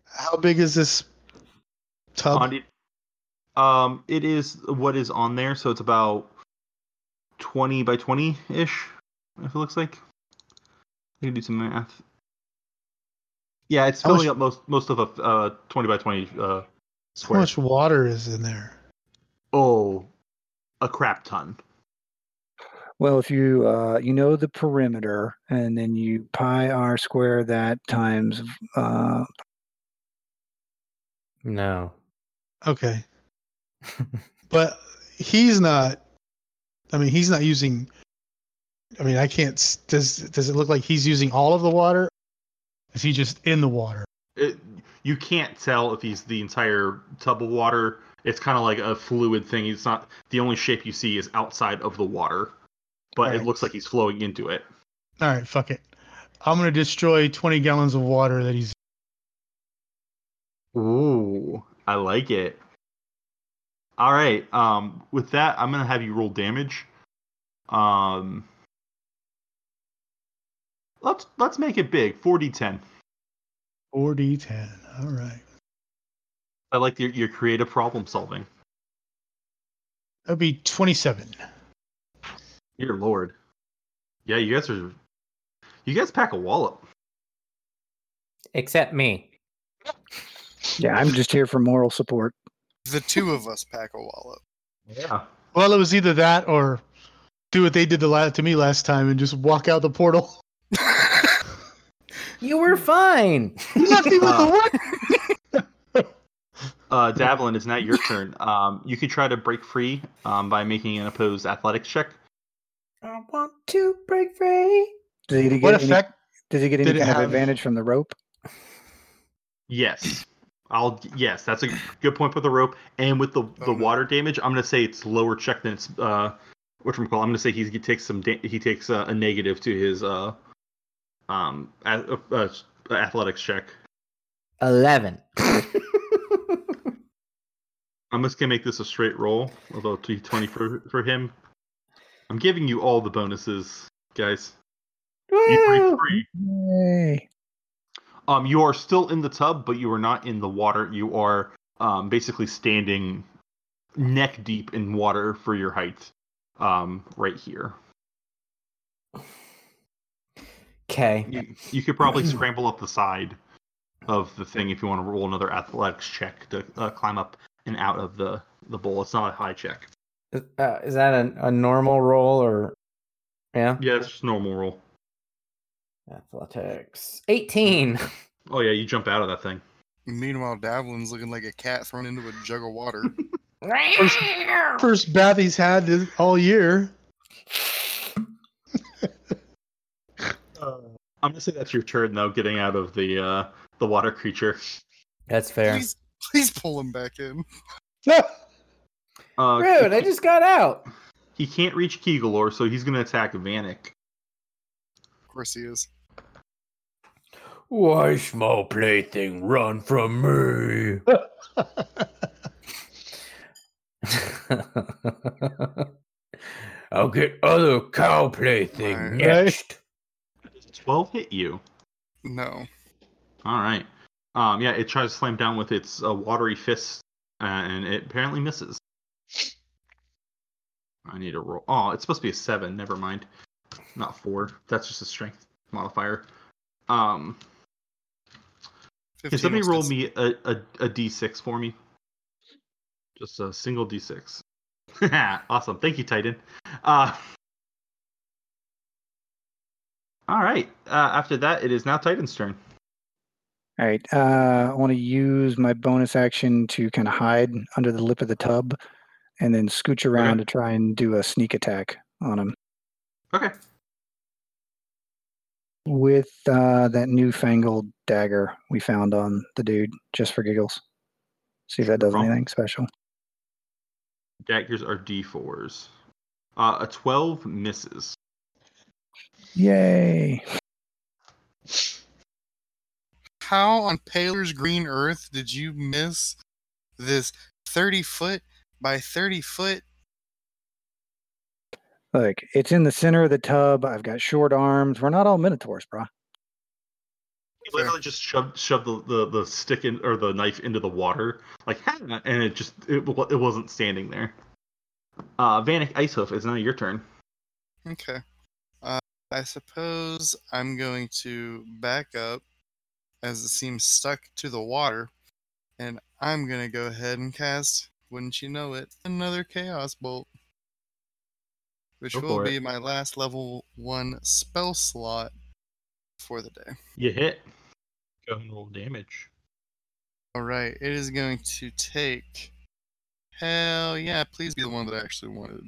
How big is this tub?
On it- um, it is what is on there, so it's about twenty by twenty ish. If it looks like, I can do some math. Yeah, it's
How much-
filling up most most of a uh, twenty by twenty uh,
How
square.
much water is in there?
Oh, a crap ton.
Well, if you uh, you know the perimeter, and then you pi r square that times uh,
No.
Okay. but he's not. I mean, he's not using. I mean, I can't. s- Does does it look like he's using all of the water? Is he just in the water?
It, you can't tell if he's the entire tub of water. It's kind of like a fluid thing. It's not the only shape you see is outside of the water, but it
Right.
looks like he's flowing into it.
All right, fuck it. I'm gonna destroy 20 gallons of water that he's.
Ooh, I like it. All right. Um, with that, I'm gonna have you roll damage. Um, let's let's make it big. 4d10.
4d10. All right.
I like your your creative problem solving.
That'd be 27.
Dear lord. Yeah, you guys are. You guys pack a wallop.
Except me.
yeah. I'm just here for moral support.
The two of us pack a wallop.
Yeah.
Well, it was either that or do what they did to, la- to me last time and just walk out the portal.
You were fine.
Mm. You left me with the what?
Uh, Davlin, it's not your turn. Um, you could try to break free um, by making an opposed athletics check.
I want to break free.
Does he get
What
any,
effect?
Does he get any
did it
kind of
have?
advantage from the rope?
Yes. I'll yes, that's a good point with the rope and with the the water damage. I'm gonna say it's lower check than it's uh, which I'm gonna say he's, he takes some da- he takes uh, a negative to his uh um ath- uh, uh, athletics check.
11.
I'm just gonna make this a straight roll, although t20 for for him. I'm giving you all the bonuses, guys. You break
Woo!
free.
Yay.
Um, you are still in the tub, but you are not in the water. You are um, basically standing neck deep in water for your height, um, right here.
Okay.
You, you could probably scramble up the side of the thing if you want to roll another athletics check to uh, climb up and out of the the bowl. It's not a high check.
Is- Uh, is that a, a normal roll or. Yeah?
Yeah, it's just normal roll.
Athletics. 18.
Oh yeah, you jump out of that thing.
Meanwhile, Davlin's looking like a cat thrown into a jug of water.
First bath he's had this- all year.
I'm gonna say that's your turn though, getting out of the uh, the water creature.
That's fair.
please, please pull him back in.
Uh,
Rude, I just got out.
he can't reach Keegalor, so he's gonna attack Vanek.
Of course he is.
Why, small plaything, run from me. I'll get other cow
Right.
plaything
next.
12 hit you.
No.
All right. Um, yeah, it tries to slam down with its uh, watery fist, uh, and it apparently misses. I need a roll. Oh, it's supposed to be a seven. Never mind. Not four. That's just a strength modifier. Um, can
15
somebody
was
roll
just-
me a, a, a d6 for me? Just a single d6. awesome. Thank you, Titan. Uh, all right. Uh, after that, it is now Titan's turn.
All right. Uh, I want to use my bonus action to kind of hide under the lip of the tub, and then scooch around to try and do a sneak attack on him.
Okay.
with uh, that newfangled dagger we found on the dude just for giggles. See if that does
Wrong.
anything special.
Daggers are d4s. Uh, a 12 misses.
Yay!
How on Paler's green earth did you miss this 30 foot by 30 foot?
Look, it's in the center of the tub. I've got short arms. We're not all minotaurs, bro.
He literally just shoved, shoved the, the, the stick in, or the knife into the water, like, "Ha!" and it just it, wa- it wasn't standing there. Uh, Vanek Icehoof, it's now your turn.
Okay. Uh, I suppose I'm going to back up as it seems stuck to the water, and I'm going to go ahead and cast, wouldn't you know it, another Chaos Bolt. Which
Go
will
for it.
be my last level 1 spell slot for the day.
You hit. Go ahead and roll damage.
All right, it is going to take. Hell yeah! Please be the one that I actually wanted.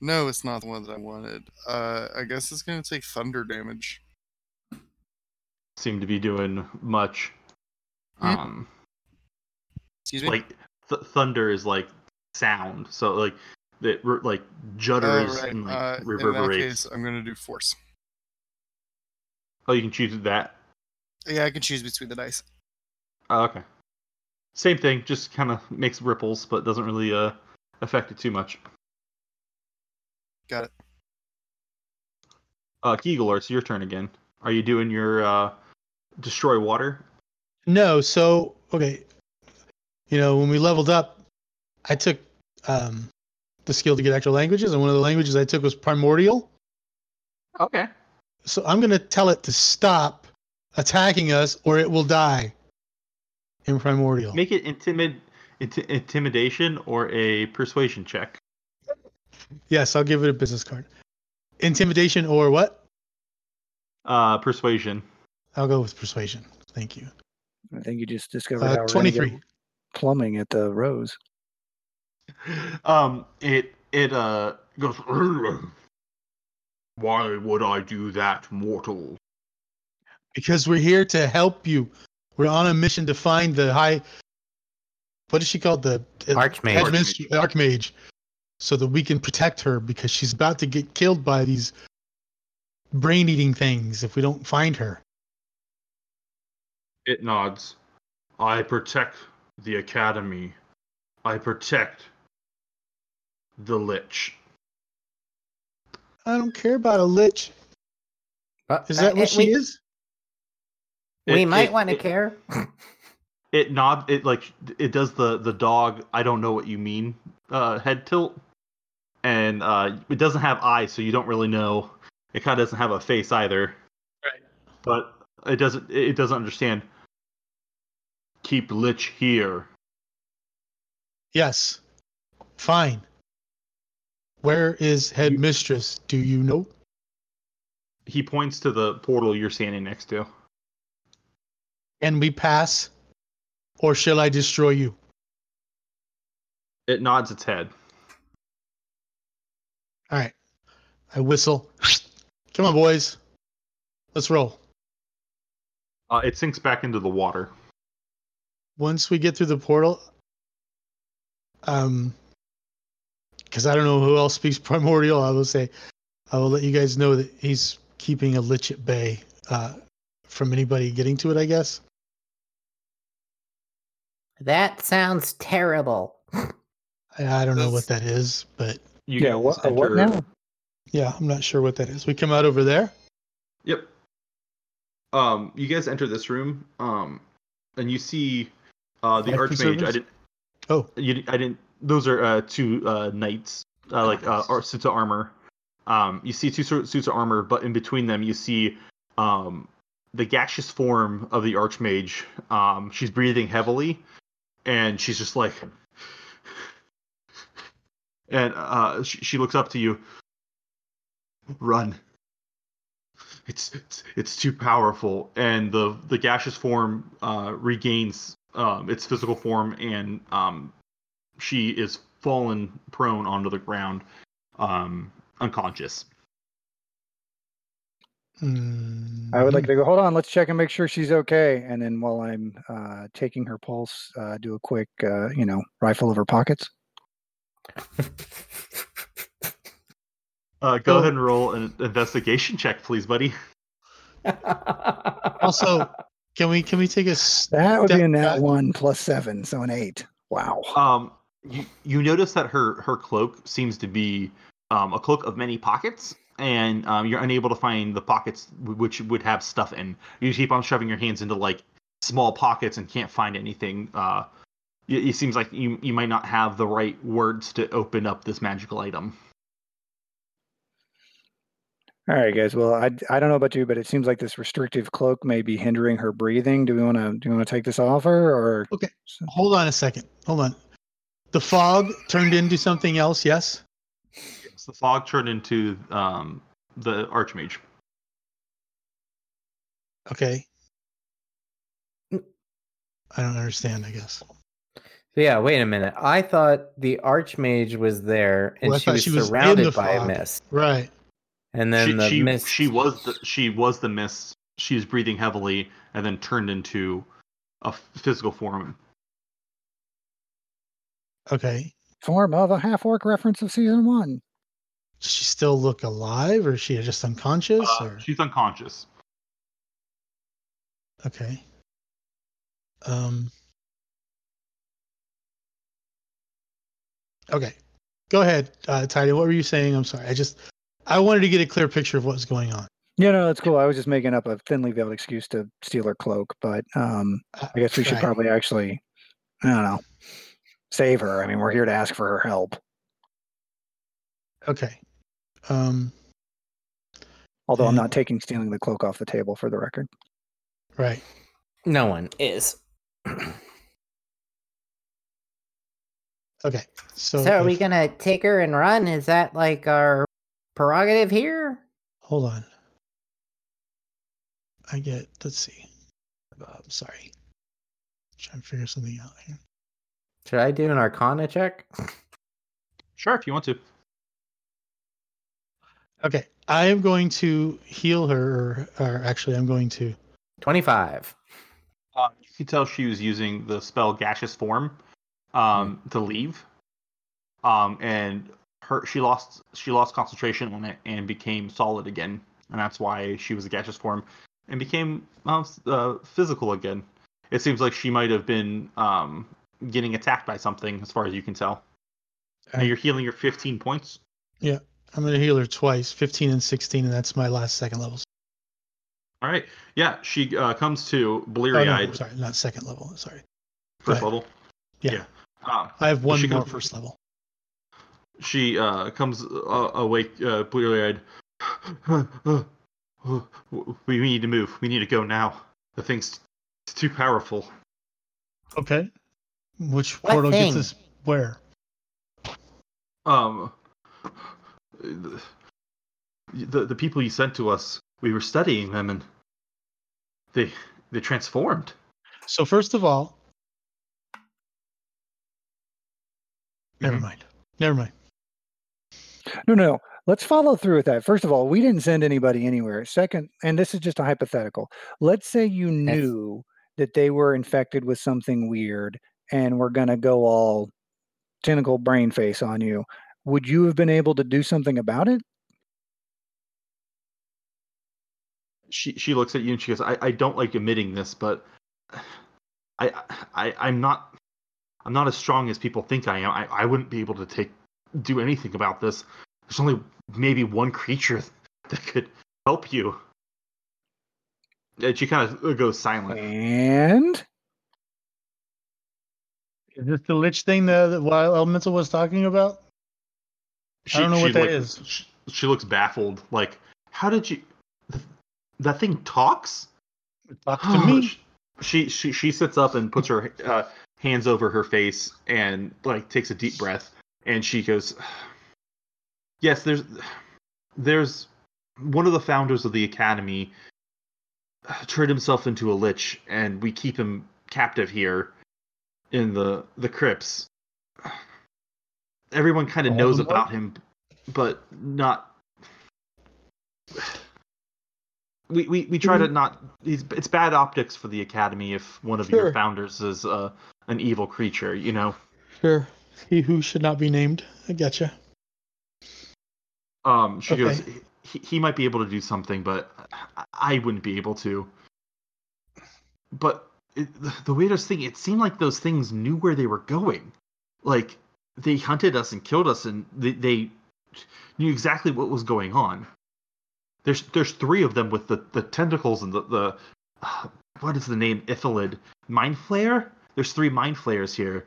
No, it's not the one that I wanted. Uh, I guess it's going to take thunder damage.
Seem to be doing much.
Hmm.
Um,
Excuse me.
like th- thunder is like sound, so like that re- like
All
judders
right,
and like
uh,
reverberates.
In that case, I'm going to do force.
Oh, you can choose that.
Yeah, I can choose between the dice.
Oh, okay. Same thing, just kind of makes ripples, but doesn't really uh affect it too much.
Got it.
Uh, Keeglor, it's your turn again. Are you doing your uh destroy water?
No, so okay. You know, when we leveled up, I took um the skill to get extra languages, and one of the languages I took was primordial.
Okay.
So I'm gonna tell it to stop attacking us or it will die. In primordial.
Make it intimid, inti- intimidation or a persuasion check.
Yes, I'll give it a business card. Intimidation or what?
Uh, persuasion.
I'll go with persuasion. Thank you.
I think you just discovered
Uh,
how we're gonna go
23.
plumbing at the Rose.
Um, it it uh goes. Why would I do that, mortal?
Because we're here to help you. We're on a mission to find the high. What is she called? The uh,
Archmage.
Archmage. Archmage. So that we can protect her because she's about to get killed by these brain eating things if we don't find her.
It nods. I protect the academy. I protect the lich.
I don't care about a lich.
But-
Is that
uh,
what
it-
she
we,
is?
We
It-
might
it-
want to
it-
care.
It nods. It like it does the the dog. I don't know what you mean. Uh, head tilt, and uh, it doesn't have eyes, so you don't really know. It kind of doesn't have a face either.
Right.
But it doesn't. It it doesn't understand. Keep lich here.
Yes. Fine. Where is headmistress? Do you know?
He points to the portal you're standing next to.
Can we pass? Or shall I destroy you?
It nods its head.
All right. I whistle. Come on, boys. Let's roll.
Uh, it sinks back into the water.
Once we get through the portal, um, because I don't know who else speaks primordial, I will say, I will let you guys know that he's keeping a lich at bay uh, from anybody getting to it, I guess.
That sounds terrible.
I, I don't know what
That's-
that is, but
You
Yeah,
guys
what- uh, what
enter-
now?
yeah, I'm not sure what that is. We come out over there.
Yep. Um, you guys enter this room, um, and you see uh, the
Life
archmage. I
preservers?
didn't.
Oh.
You, di- I didn't. Those are uh, two uh, knights,
Ah,
uh, like uh, ar- suits of armor. Um, you see two sur- suits of armor, but in between them, you see um, the gaseous form of the archmage. Um, she's breathing heavily, and she's just like, and uh, she, she looks up to you. Run it's it's, it's too powerful and the the gaseous form uh, regains um, its physical form and um, she is fallen prone onto the ground um, unconscious
Hmm.
I would
Mm-hmm.
like to go, hold on, let's check and make sure she's okay. And then while I'm uh, taking her pulse, uh, do a quick, uh, you know, rifle of her pockets.
Uh, go
Oh.
ahead and roll an investigation check, please, buddy.
Also, can we can we take a s-
That would be a
Step
nat
back.
one plus seven, so an eight. Wow.
Um, you, you notice that her her cloak seems to be um, a cloak of many pockets, and um, you're unable to find the pockets w- which would have stuff in. You keep on shoving your hands into like small pockets and can't find anything. Uh, it, it seems like you you might not have the right words to open up this magical item.
All right, guys. Well, I, I don't know about you, but it seems like this restrictive cloak may be hindering her breathing. Do we want to do you want to take this off her or?
Okay. Hold on a second. Hold on. The fog turned into something else. Yes.
So the fog turned into um, the archmage.
Okay. I don't understand. I guess.
yeah, wait a minute. I thought the archmage was there and
Well, I
she,
thought
was
she was in
surrounded
the
by a
fog.
mist.
Right.
And then the
she, she,
mist
she was the, she was the mist. She was breathing heavily and then turned into a f- physical form
Okay.
Form of a half orc reference of season one.
Does she still look alive, or is she just unconscious?
Uh,
or
she's unconscious.
okay. Um. Okay. Go ahead, uh, Tidy. What were you saying? I'm sorry. I just I wanted to get a clear picture of what was going on.
Yeah, no, that's cool. I was just making up a thinly veiled excuse to steal her cloak, but um, I guess we should
Uh, Right.
probably actually, I don't know, save her. I mean, we're here to ask for her help.
Okay. Um.
Although I'm
Yeah.
not taking stealing the cloak off the table for the record.
Right.
no one is.
Okay. So,
So, are we
if-
gonna take her and run? Is that like our prerogative here?
Hold on. I get. Let's see. Uh, sorry. Trying to figure something out here.
Should I do an arcana check?
Sure, if you want to.
Okay. I am going to heal her, or, or actually, I'm going to.
25.
Uh, you can tell she was using the spell gaseous form um, to leave, um, and her she lost she lost concentration on it and became solid again, and that's why she was a gaseous form and became um, s- uh, physical again. It seems like she might have been um, getting attacked by something, as far as you can tell. And
Okay.
you're healing your 15 points.
I'm going to heal her twice, 15 and 16, and that's my last second levels.
All right, yeah, she uh, comes to
Oh,
bleary
no,
eyed
sorry, not second level. Sorry.
first
right.
level.
Yeah.
Um,
I have one
she
more
comes-
first level.
she uh, comes uh, awake, uh, bleary-eyed. we need to move. We need to go now. The thing's it's too powerful.
Okay. Which
What
portal
thing?
gets us where?
Um, the, the the people you sent to us, we were studying them, and they they transformed.
So, first of all, never
Mhm.
mind. Never mind.
No, no. Let's follow through with that. First of all, we didn't send anybody anywhere. Second, and this is just a hypothetical. Let's say you knew that they were infected with something weird and we're going to go all tentacle brain face on you. Would you have been able to do something about it?
She she looks at you and she goes, "I, I don't like admitting this, but I I I'm not." I'm not as strong as people think I am. I, I wouldn't be able to take do anything about this. There's only maybe one creature that could help you. And she kind of goes silent.
And
Is this the lich thing that, that Wild Elemental was talking about?
She,
don't know what that
that is.
is.
She, she looks baffled. Like, how did you? That thing talks
Talk to me.
She she she sits up and puts her uh, hands over her face and like takes a deep breath and she goes, "Yes, there's there's one of the founders of the academy uh, turned himself into a lich and we keep him captive here in the the crypts. Everyone kind of
All
knows
of them?
about him, but not we, we, we try to not it's, it's bad optics for the academy if one of your
Sure.
founders is uh, an evil creature you know
Sure. He who should not be named. I getcha.
um she
Okay.
goes he, he might be able to do something but I- i wouldn't be able to but it, the weirdest thing it seemed like those things knew where they were going like they hunted us and killed us and they, they knew exactly what was going on there's there's three of them with the, the tentacles and the, the uh, what is the name Ithalid mind flare there's three mind flares here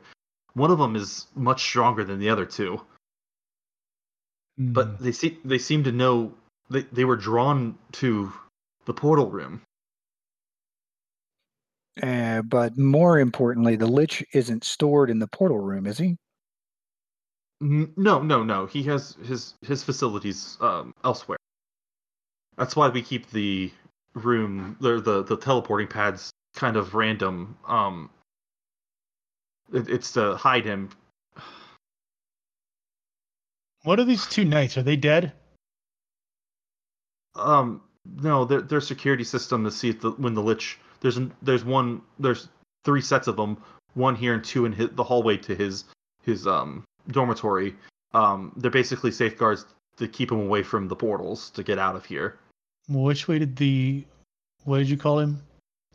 one of them is much stronger than the other two
Hmm.
but they see they seem to know they, they were drawn to the portal room
Uh, but more importantly, the Lich isn't stored in the portal room, is he?
N- no no no he has his his facilities um, elsewhere that's why we keep the room the the, the teleporting pads kind of random um it, it's to hide him
What are these two knights? Are they dead?
um no their their security system to see if the when the lich there's an- there's one there's three sets of them one here and two in his, the hallway to his his um dormitory um they're basically safeguards to keep him away from the portals to get out of here
Well, which way did the what did you call him?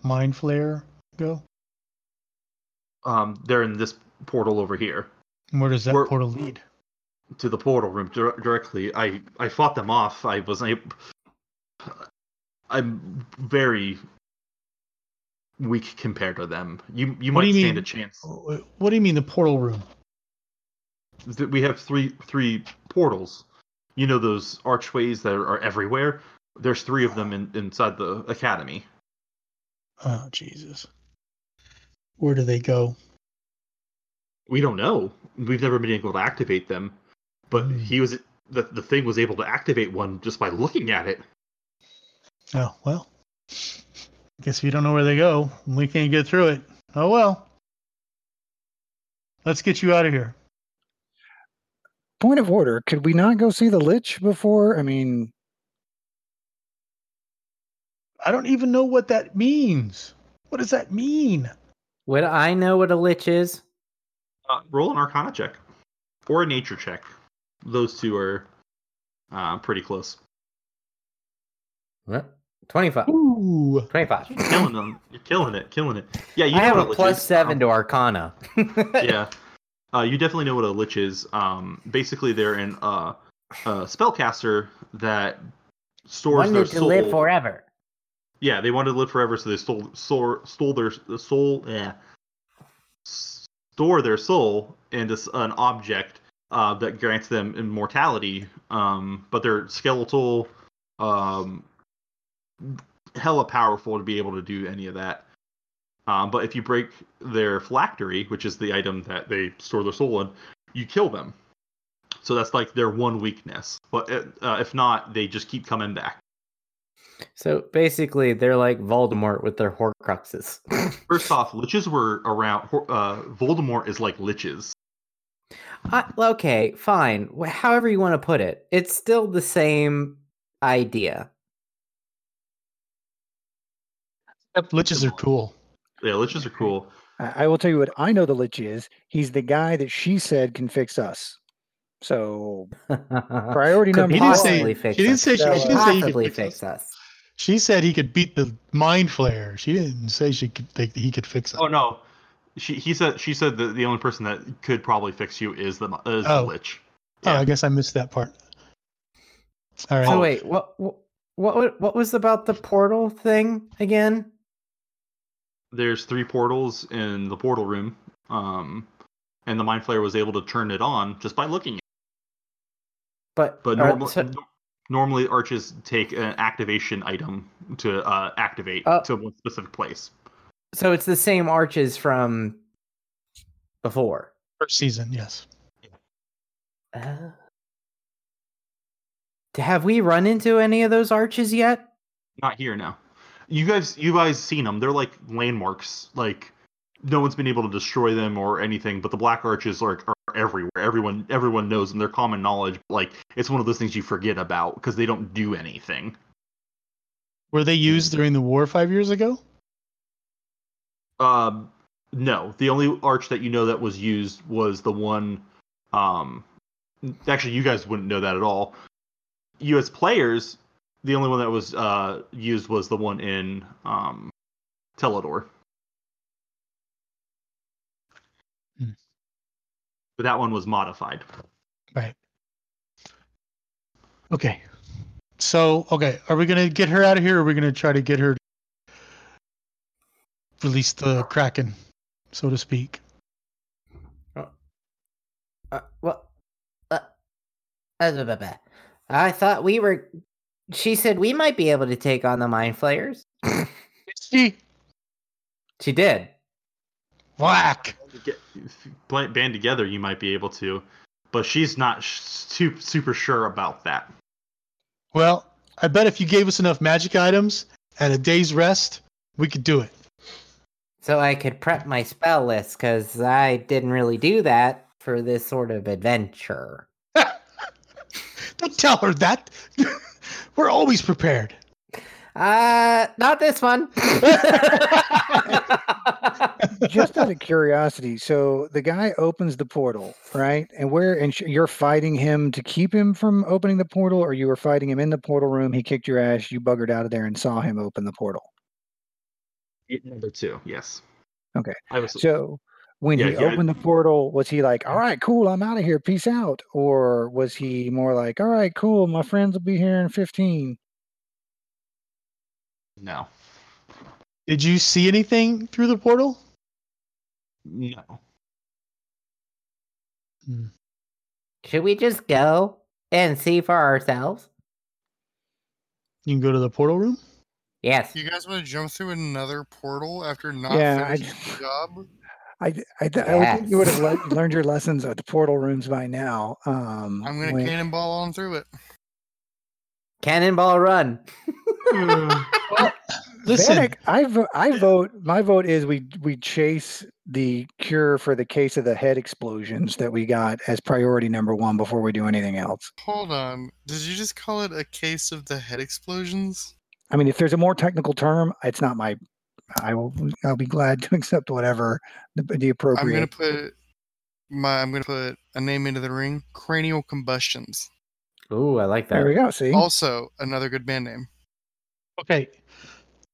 Mind flayer go?
um they're in this portal over here
And where does that
We're-
portal lead?
to the portal room dir- directly i i fought them off i was I, i'm very weak compared to them you you
What do
might
you
stand a
mean?
chance
Wh- What do you mean the portal room?
th- we have three three portals. You know those archways that are everywhere. There's three of them in, inside the academy.
Oh Jesus. Where do they go?
We don't know. We've never been able to activate them. But
Hmm.
he was the the thing was able to activate one just by looking at it.
Oh well. I guess we don't know where they go. and We can't get through it. Oh well. Let's get you out of here.
Point of order, could we not go see the Lich before? I mean,
I don't even know what that means. What does that mean?
Would I know what a lich is?
Uh, roll an Arcana check or a Nature check. Those two are uh, pretty close.
What? 25.
Ooh.
25.
You're killing them. You're killing it. Killing it. Yeah, you
I
know
have
what
a
lich
plus
is.
seven to Arcana.
yeah. Uh, you definitely know what a lich is. Um, basically, they're an uh, uh, spellcaster that stores their
Wanted to
soul.
live forever.
yeah, they wanted to live forever, so they stole stole, stole their the soul. Yeah, store their soul into s- an object uh, that grants them immortality. Um, but they're skeletal, um, hella powerful to be able to do any of that. Um, but if you break their phylactery, which is the item that they store their soul in, you kill them. So that's like their one weakness. But uh, if not, they just keep coming back.
So basically, they're like Voldemort with their Horcruxes.
First off, liches were around. Hor- Uh, Voldemort is like liches.
I, okay, fine. Wh- However you want to put it, it's still the same idea.
Liches are cool.
Yeah, liches are cool.
I, I will tell you what I know the Lich is. He's the guy that she said can fix us. So priority
Could
number
He didn't
one.
say-
possibly fix
She didn't
us.
say she,
Could
Could
she didn't say you could
possibly
fix us.
fix us.
She said he could beat the mind flare. She didn't say she could think he could fix it.
Oh no, she he said she said that the only person that could probably fix you is the is the
Oh.
lich.
Oh, I guess I missed that part. All right.
Oh,
So wait, what what what what was about the portal thing again?
There's three portals in the portal room, um, and the mind flayer was able to turn it on just by looking. at it.
But
But
uh,
normal,
so-
nor- normally arches take an activation item to uh, activate
Uh,
to one specific place.
so it's the same arches from before.
First season, yes.
Uh, have we run into any of those arches yet?
Not here now. You guys, you guys seen them? They're like landmarks. Like no one's been able to destroy them or anything. But the black arches are, are everywhere. Everyone, everyone knows them. They're common knowledge. Like it's one of those things you forget about because they don't do anything.
Were they used during the war five years ago?
Um, no, the only arch that you know that was used was the one. Um, actually, you guys wouldn't know that at all. You as players, the only one that was uh, used was the one in um, Teledor.
Hmm.
But that one was modified.
Okay. So, okay, are we gonna get her out of here? Or are we gonna try to get her to release the kraken, so to speak?
Uh, well, uh, uh, blah, blah, blah. I thought we were. She said we might be able to take on the mind flayers.
She
She did.
whack.
Get, if you blan- band together, you might be able to, but she's not sh- su- super sure about that.
Well, I bet if you gave us enough magic items and a day's rest, we could do it.
So I could prep my spell list because I didn't really do that for this sort of adventure.
Don't tell her that. We're always prepared.
Uh, not this one.
Just out of curiosity, so the guy opens the portal, right? And where and sh- you're fighting him to keep him from opening the portal, or you were fighting him in the portal room. He kicked your ass. You buggered out of there and saw him open the portal.
Number two, yes.
Okay.
I was
So when
Yeah,
he
yeah.
opened the portal, was he like, "All right, cool, I'm out of here, peace out," or was he more like, "All right, cool, my friends will be here in 15?
no,
Did you see anything through the portal?
no.
Should we just go and see for ourselves?
You can go to the portal room.
Yes.
You guys want to jump through another portal after not
Yeah, I-
finishing the job?
I, d- I, d- I would think you would have
Yes.
le- learned your lessons at the portal rooms by now. Um,
I'm gonna
when-
cannonball on through it.
Cannonball run.
Listen,
Vanek, I vo- I vote. My vote is we we chase the cure for the case of the head explosions that we got as priority number one before we do anything else.
Hold on. Did you just call it a case of the head explosions?
I mean, if there's a more technical term, it's not my. I will. I'll be glad to accept whatever the, the
I'm gonna
appropriate.
put my I'm gonna put a name into the ring. Cranial combustions.
Ooh, I like
There we
that.
go. See,
Also another good band name.
Okay.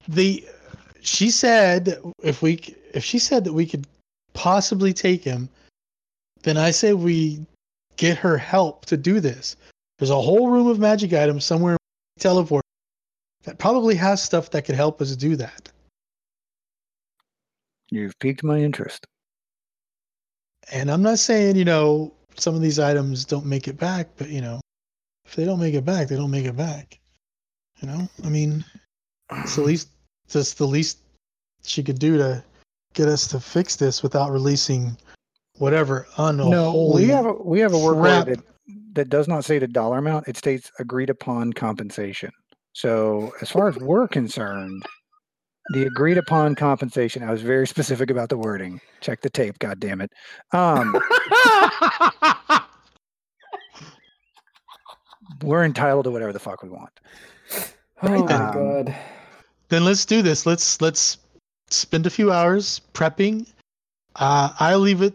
The she said if we c- if she said that we could possibly take him, then I say we get her help to do this. There's a whole room of magic items somewhere in teleport that probably has stuff that could help us do that.
you've piqued my interest.
And I'm not saying, you know, some of these items don't make it back, but you know, if they don't make it back, they don't make it back. You know? I mean it's the least that's the least she could do to get us to fix this without releasing whatever unholy
no, we have a, we have a work order
crap.
that, that does not say the dollar amount. It states agreed upon compensation. So as far as we're concerned, the agreed upon compensation. I was very specific about the wording. Check the tape. God damn it. Um, we're entitled to whatever the fuck we want.
Oh
my Um, God.
then let's do this. Let's let's spend a few hours prepping. Uh, I leave it.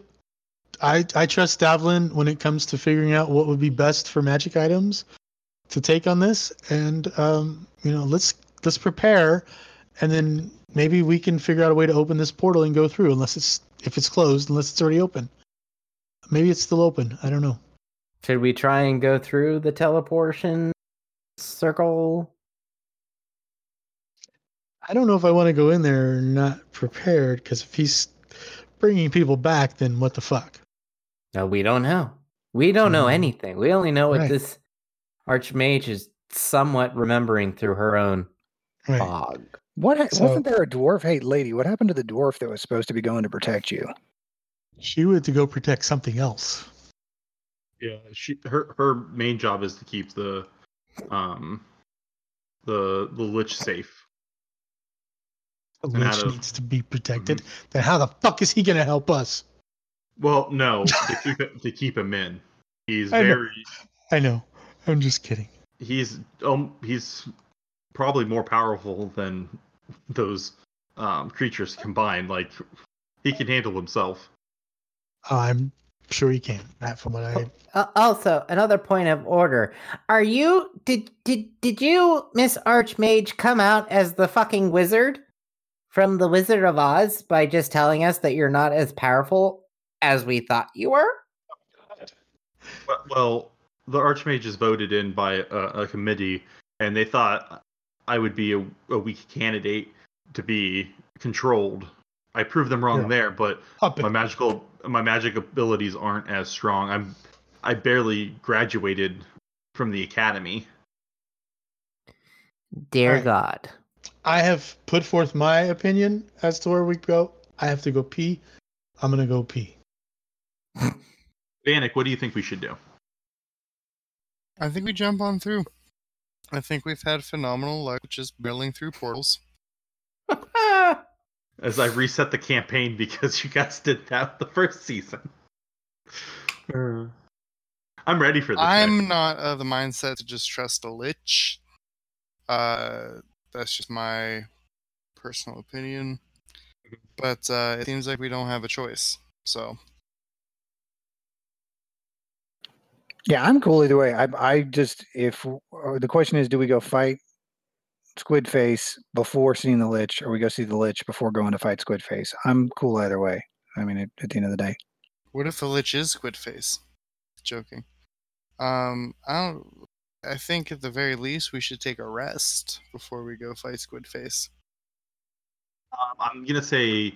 I I trust Davlin when it comes to figuring out what would be best for magic items to take on this, and um, you know, let's let's prepare, and then maybe we can figure out a way to open this portal and go through. Unless it's if it's closed, unless it's already open. Maybe it's still open. I don't know.
Should we try and go through the teleportation circle?
I don't know if I want to go in there or not prepared because if he's bringing people back, then what the fuck?
No, we don't know. We don't know
Mm.
anything. We only know what
Right.
this archmage is somewhat remembering through her own
Right.
fog.
What ha-
So-
wasn't there a dwarf? Hey, lady, what happened to the dwarf that was supposed to be going to protect you?
She went to go protect something else.
Yeah, she her her main job is to keep the um the the lich safe.
The
And out
lich
of-
needs to be protected. Then how the fuck is he gonna help us?
Well, no, to keep it, to keep him in. He's
I know.
very
I know. I'm just kidding.
he's um he's probably more powerful than those um, creatures combined. Like he can handle himself.
I'm sure he can. That from what I
Uh, also, another point of order. Are you did did did you Miss Archmage come out as the fucking wizard from the Wizard of Oz by just telling us that you're not as powerful as we thought you were?
Well- Well, the Archmage is voted in by a, a committee, and they thought I would be a, a weak candidate to be controlled. I proved them wrong
Yeah.
there, but
up
my
it.
magical my magic abilities aren't as strong. I'm I barely graduated from the academy.
Dear
Right.
God.
I have put forth my opinion as to where we go. I have to go pee. I'm gonna go pee.
Vanek, what do you think we should do?
I think we jump on through. I think we've had phenomenal luck just barreling through portals.
As I reset the campaign because you guys did that the first season. I'm ready for this. guys.
Hmm. I'm not of the mindset to just trust a lich. Uh, that's just my personal opinion. But uh, it seems like we don't have a choice. So
Yeah, I'm cool either way. I, I just if uh, the question is, do we go fight Squid Face before seeing the Lich, or we go see the Lich before going to fight Squid Face? I'm cool either way. I mean, at, at the end of the day,
what if the lich is Squidface? Joking. Um, I don't. I think at the very least we should take a rest before we go fight Squidface.
Um, I'm gonna say,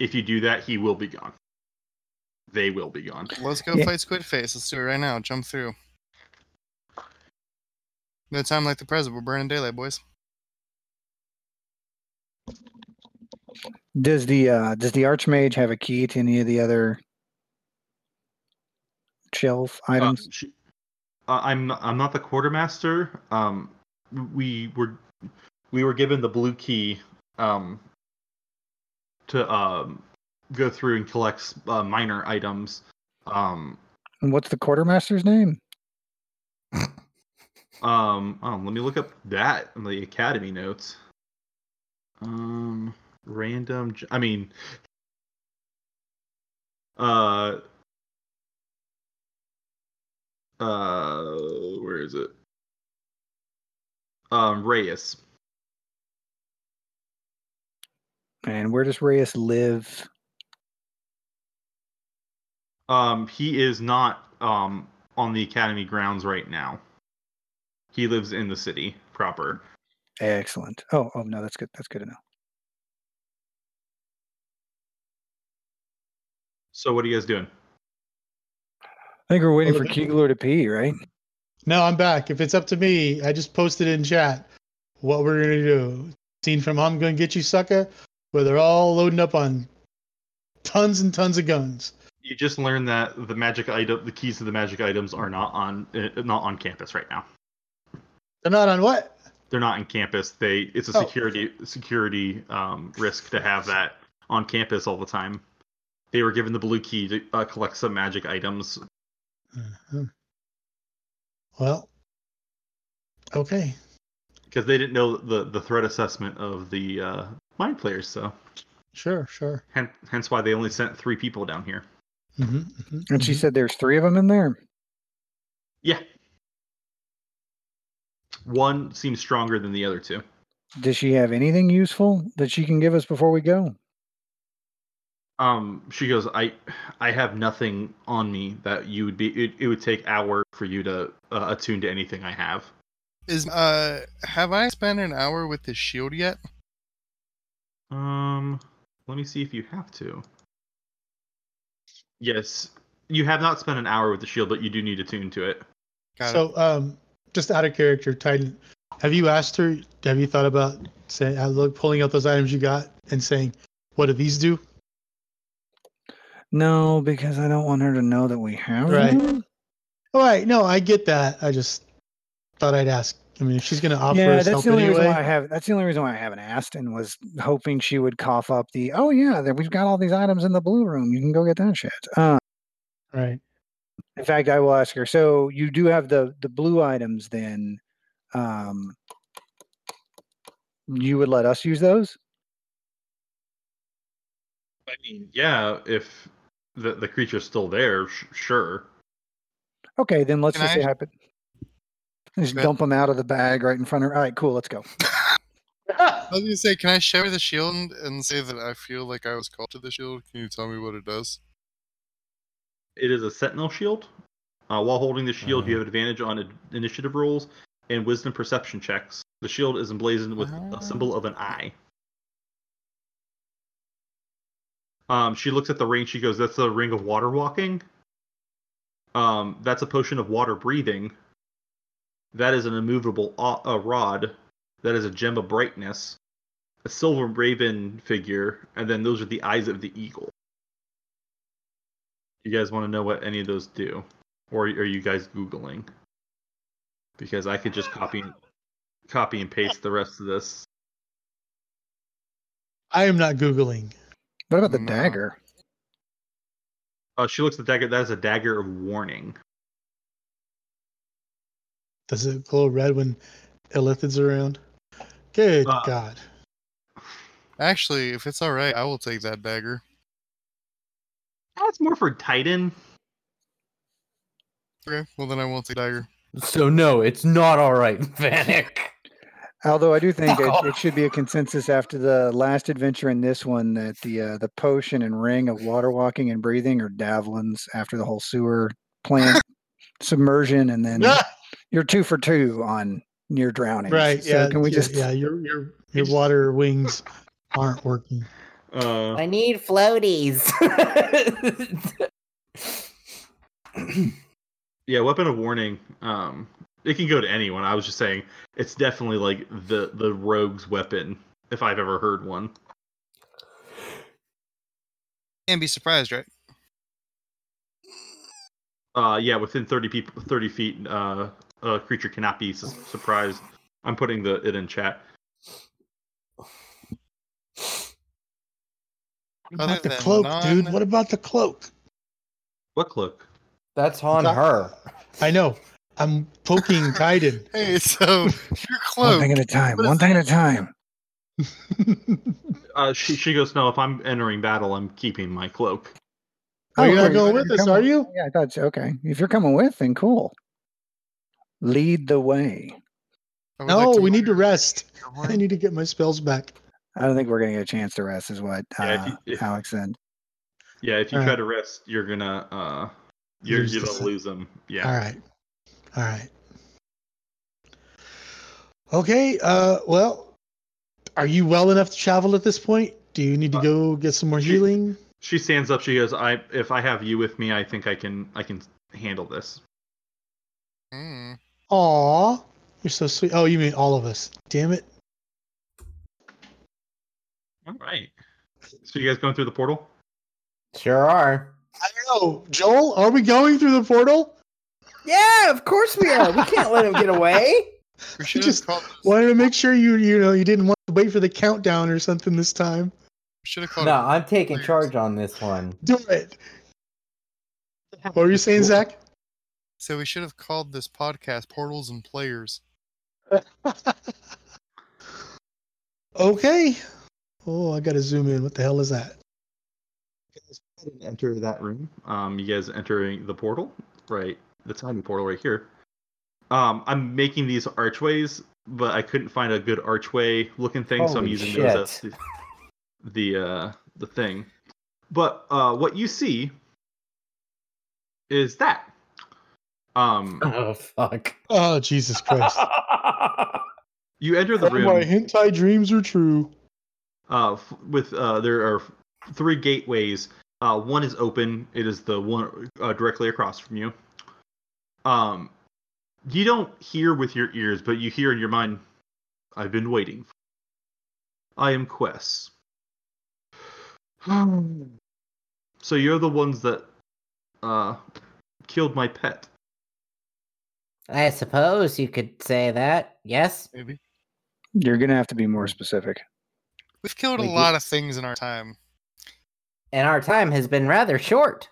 if you do that, he will be gone. They will be gone.
Let's go
Yeah.
fight Squidface. Let's do it right now. Jump through. No time like the present. We're burning daylight, boys.
does the uh, does the Archmage have a key to any of the other shelf
Um,
items?
sh- uh, I'm I'm not the quartermaster. Um, we were we were given the blue key um, to um, go through and collect uh, minor items. Um,
and what's the quartermaster's name?
um, oh, let me look up that in the academy notes. Um, random. j- I mean, uh, uh, where is it? Um, Reyes.
And where does Reyes live?
Um, he is not um on the academy grounds right now. He lives in the city proper.
Excellent. Oh, oh no, that's good. That's good to know.
So, what are you guys doing?
I think we're waiting for
Well, the-
Keegler to pee, right?
No, I'm back. If it's up to me, I just posted in chat what we're gonna do. Scene from I'm Gonna Get You Sucker, where they're all loading up on tons and tons of guns.
You just learned that the magic item, the keys to the magic items, are not on uh, not on campus right now.
They're not on what?
They're not in campus. They it's a
Oh.
security security um, risk to have that on campus all the time. They were given the blue key to uh, collect some magic items.
Uh-huh. Well, okay.
Because they didn't know the, the threat assessment of the uh, mind players, so
Sure, sure.
hen- hence why they only sent three people down here.
hmm
And she said there's three of them in there.
Yeah. One seems stronger than the other two.
Does she have anything useful that she can give us before we go?
Um, she goes, I, I have nothing on me that you would be. It, it would take hour for you to uh, attune to anything I have.
Is uh have I spent an hour with this shield yet?
Um, let me see if you have to. Yes, you have not spent an hour with the shield, but you do need to tune to it.
Got it.
So, um, just out of character, Titan, have you asked her? Have you thought about saying, I look, pulling out those items you got and saying, what do these do?
No, because I don't want her to know that we have
Right.
them.
All right, no, I get that. I just thought I'd ask. I mean, if she's gonna offer
Yeah,
us
that's
help
the only
anyway,
reason why I have. That's the only reason why I haven't asked, and was hoping she would cough up the. Oh yeah, that we've got all these items in the blue room. You can go get that shit. Uh,
right?
in fact, I will ask her. So you do have the the blue items then. Um, You would let us use those?
I mean, yeah, if the the creature's still there, sh- sure.
Okay, then let's
Can
just
I-
say happen. Just
Go ahead.
dump them out of the bag right in front of her. All right, cool. Let's go.
I was gonna say, can I show her the shield and, and say that I feel like I was called to the shield? Can you tell me what it does?
It is a sentinel shield. Uh, while holding the shield, you
Uh-huh.
have advantage on in- initiative rolls and wisdom perception checks. The shield is emblazoned with
Ah.
a symbol of an eye. Um, she looks at the ring. She goes, "That's the ring of water walking. Um, that's a potion of water breathing. That is an immovable o- a rod. That is a gem of brightness. A silver raven figure, and then those are the eyes of the eagle." you guys want to know what any of those do or are you guys googling because i could just copy and copy and paste the rest of this
I am not Googling.
What about the
No.
dagger?
uh, she looks at the dagger that is a dagger of warning
Does it glow red when Illithid's around? Good
Uh,
God.
Actually, if it's all right, I will take that dagger.
that's more for titan
Okay, well then I won't take dagger.
So no, it's not all right, Vanek.
Although I do think
Fuck
it,
off.
it should be a consensus after the last adventure and this one that the uh, the potion and ring of water walking and breathing are Davlin's after the whole sewer plant submersion, and then you're two for two on near drowning.
right.
So
yeah.
can we
yeah,
just?
Yeah. Your your your water wings aren't working.
uh,
I need floaties.
yeah weapon of warning um it can go to anyone i was just saying it's definitely like the the rogue's weapon if i've ever heard one
And be surprised, right?
uh yeah within 30 people 30 feet uh a creature cannot be su- surprised i'm putting the it in chat
What
Other
about the
than
cloak, dude?
non-
What about the cloak?
what cloak
That's on
Doc-
her.
I know. I'm poking Titan.
Hey, so your
One
cloak.
thing at a time.
What is
One thing at a time.
Uh, she she goes, no. If I'm entering battle, I'm keeping my cloak.
Are you
cool,
not going
you're
with us?
coming.
Are you?
Yeah, I thought so. Okay. If you're coming with, then cool. Lead the way.
I would like
No, we need to rest.
your
I
horn.
need to get my spells back.
I don't think we're going to get a chance to rest, is what
Yeah, if
uh,
you- if-
Alex said.
Yeah, if you
All
try
right.
to rest, you're gonna uh, you're
Lose
you're
the
gonna
se-
lose them. Yeah.
All right. All right. Okay. Uh, well, are you well enough to travel at this point? Do you need to
Uh,
go get some more
she-
healing?
She stands up. She goes, I if I have you with me, I think I can I can handle this.
Mm.
Aw, you're so sweet. Oh, you mean all of us? Damn it.
All right. So you guys going through the portal?
Sure are.
I don't know. Joel, are we going through the portal?
yeah, of course we are. We can't let him get away.
We should have
just
called.
Wanted to make sure you you know you didn't want to wait for the countdown or something this time.
Should have called.
No,
it-
I'm taking
players.
charge on this one.
Do it. What were you saying, Zach?
So we should have called this podcast "Portals and Players."
okay. Oh, I gotta zoom in. What the hell is that?
Enter that room. Um, you guys entering the portal, right? The tiny portal right here. Um, I'm making these archways, but I couldn't find a good archway looking thing, so I'm
Holy
using those as the the, uh, the thing. But uh, what you see is that. Um,
Oh fuck.
Oh Jesus Christ!
you enter the
All Oh my
room
hentai dreams are true.
uh, f- with uh, there are three gateways. Uh, one is open. It is the one uh, directly across from you. Um, you don't hear with your ears, but you hear in your mind. I've been waiting. I am Quest. so you're the ones that uh, killed my pet.
I suppose you could say that. Yes.
Maybe
You're going to have to be
Mm.
more specific.
we've killed a
Like,
lot of things in our time.
And our time has been rather short.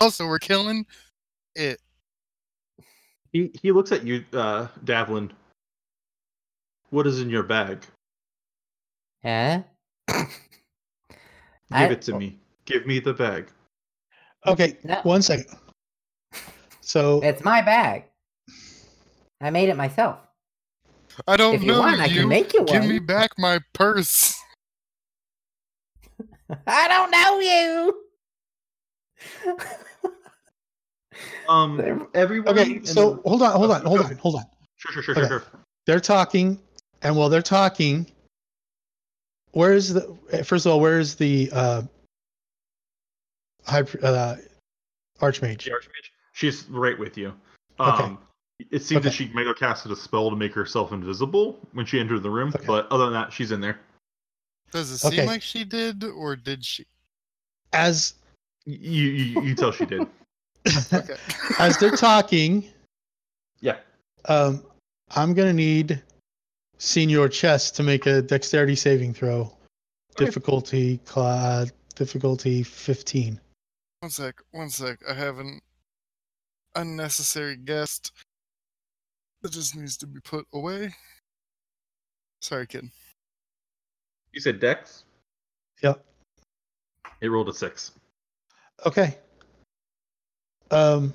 also, we're killing it.
He he looks at you, uh, Davlin, What is in your bag?
Huh?
Give
I-
it to me. Give me the bag.
Okay,
No.
one second. So
It's my bag. I made it myself.
I don't
if you
know
want, I can make you
Give
one.
me back my purse.
I don't know you.
Um,
There-
everyone.
okay,
in
so
the-
hold on, hold on, hold
Okay.
on, hold on.
sure, sure, sure,
okay.
sure, sure.
They're talking, and while they're talking, where is the eh, first of all, where is the uh, high pr- uh, archmage?
The Archmage. She's right with you.
Okay.
Um, It seems that
Okay.
she might have casted a spell to make herself invisible when she entered the room,
Okay.
but other than that, she's in there.
Does it
Okay.
seem like she did, or did she?
As
Y- You you, you tell she did.
Okay.
as they're talking,
Yeah.
um, I'm gonna need senior chess to make a dexterity saving throw,
Okay.
difficulty cla- difficulty 15.
One sec, one sec. I have an unnecessary guest that just needs to be put away. Sorry, kid.
You said Dex.
Yep.
It rolled a six.
Okay. Um,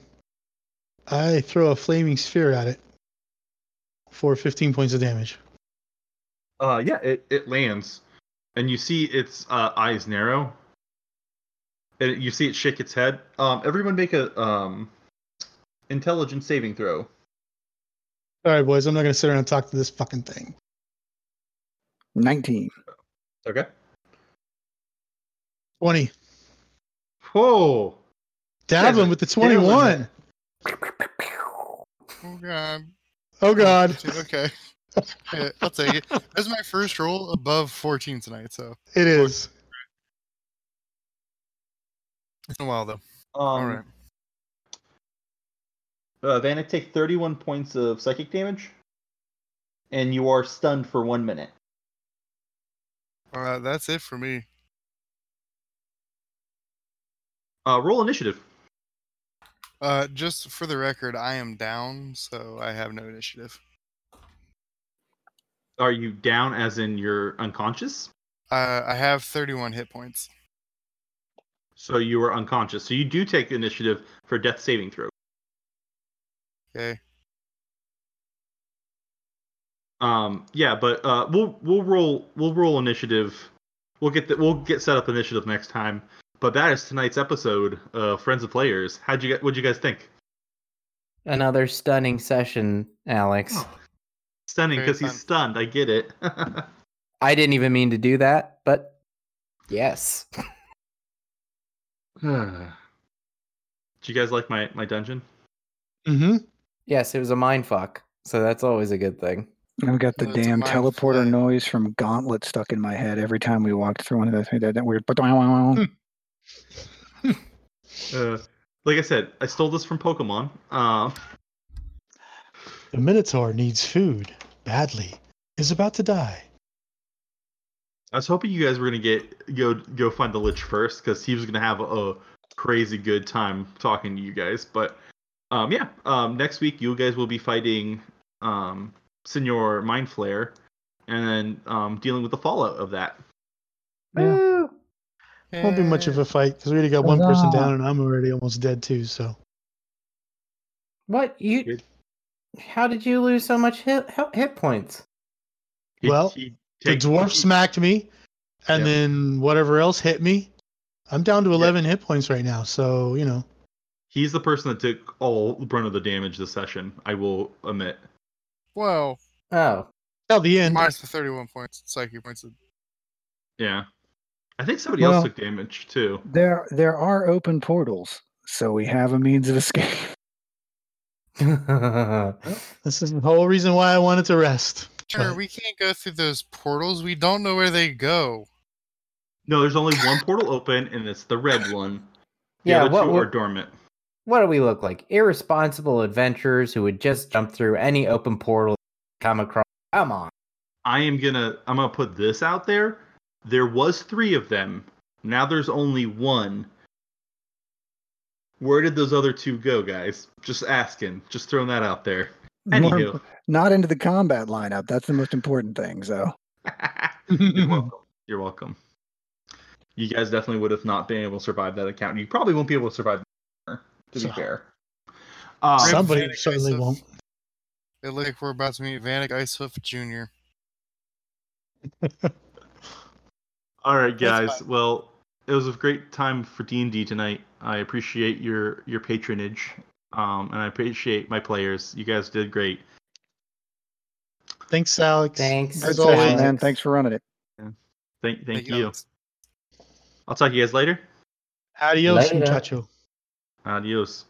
I throw a flaming sphere at it for 15 points of damage.
Uh, yeah, it, it lands, and you see its uh, eyes narrow, and you see it shake its head. Um, everyone make a um, intelligence saving throw.
All right, boys, I'm not gonna sit around and talk to this fucking thing.
19.
Okay.
20.
Whoa.
Dab
Yeah,
him with the
yeah, wasn't
21.
Oh god.
Oh god,
Okay. Yeah, I'll take it. That's my first roll above 14 tonight, so
it is.
it's been a while though.
Um,
All right.
Uh, Vanek, take 31 points of psychic damage, and you are stunned for one minute.
All right, that's it for me.
Uh, roll initiative.
Uh, just for the record, I am down, so I have no initiative.
Are you down as in you're unconscious?
Uh, I have 31 hit points.
So you are unconscious. So you do take initiative for death saving throw.
Okay.
Um, yeah, but uh, we'll we'll roll we'll roll initiative. We'll get the, we'll get set up initiative next time. But that is tonight's episode of Friends of Players. How'd you get? What'd you guys think?
Another stunning session, Alex.
Stunning,
Very
because he's stunned. I get it.
I didn't even mean to do that, but yes.
Do you guys like my my dungeon?
Mm-hmm.
Yes, it was a mind fuck. So that's always a good thing.
I've got the
That's a
damn
mind
teleporter
flayer.
noise from Gauntlet stuck in my head every time we walked through one of those. That, that weird.
Hmm. Uh, like I said, I stole this from Pokemon. Um,
The Minotaur needs food badly. Is about to die.
I was hoping you guys were gonna get go go find the Lich first because he was gonna have a crazy good time talking to you guys. But um, yeah, um, next week you guys will be fighting um, Senor Mind Flayer and then um, dealing with the fallout of that.
Yeah.
Woo!
Won't be much
Eh,
of a fight because we already got one person down, and I'm already almost dead too. So
What you?
Good.
How did you lose so much hit hit, hit points?
Well,
he
the
take-
dwarf
he-
smacked me, and
Yeah.
then whatever else hit me. I'm down to 11 hit points right now. So you know,
He's the person that took all the brunt of the damage this session. I will admit.
Well,
Oh,
till the end.
minus the 31 points, psychic points.
Uh-huh.
Yeah, I think somebody
Well-
else took damage too.
There, there are open portals, so we have a means of escape.
This is the whole reason why I wanted to rest.
Sure,
But-
we can't go through those portals. We don't know where they go.
No, there's only one portal open, and it's the red one. The
yeah.
other
What
two are
what,
dormant.
what do we look like? Irresponsible adventurers who would just jump through any open portal they come across. Come on.
I am gonna I'm gonna put this out there. There was three of them. Now there's only one. Where did those other two go, guys? Just asking. Just throwing that out there.
More
Anywho,
not into the combat lineup. That's the most important thing. So
you're welcome. You're welcome. You guys definitely would have not been able to survive that account. You probably won't be able to survive. the encounter, To be
So-
fair, um,
Rip
Somebody
Vanek
certainly
Icehoff.
won't.
It looks like we're about to meet Vanek Icehoof Jr.
All right,
That's
guys. Well, it was a great time for D and D tonight. I appreciate your your patronage, um, and I appreciate my players. You guys did great.
Thanks, Alex.
Thanks.
As
that's
always,
awesome, man.
Alex.
Thanks for running it.
Thank thank,
Thank you,
you.
Alex.
I'll talk to you guys later.
Adios,
Later.
muchacho.
Adios.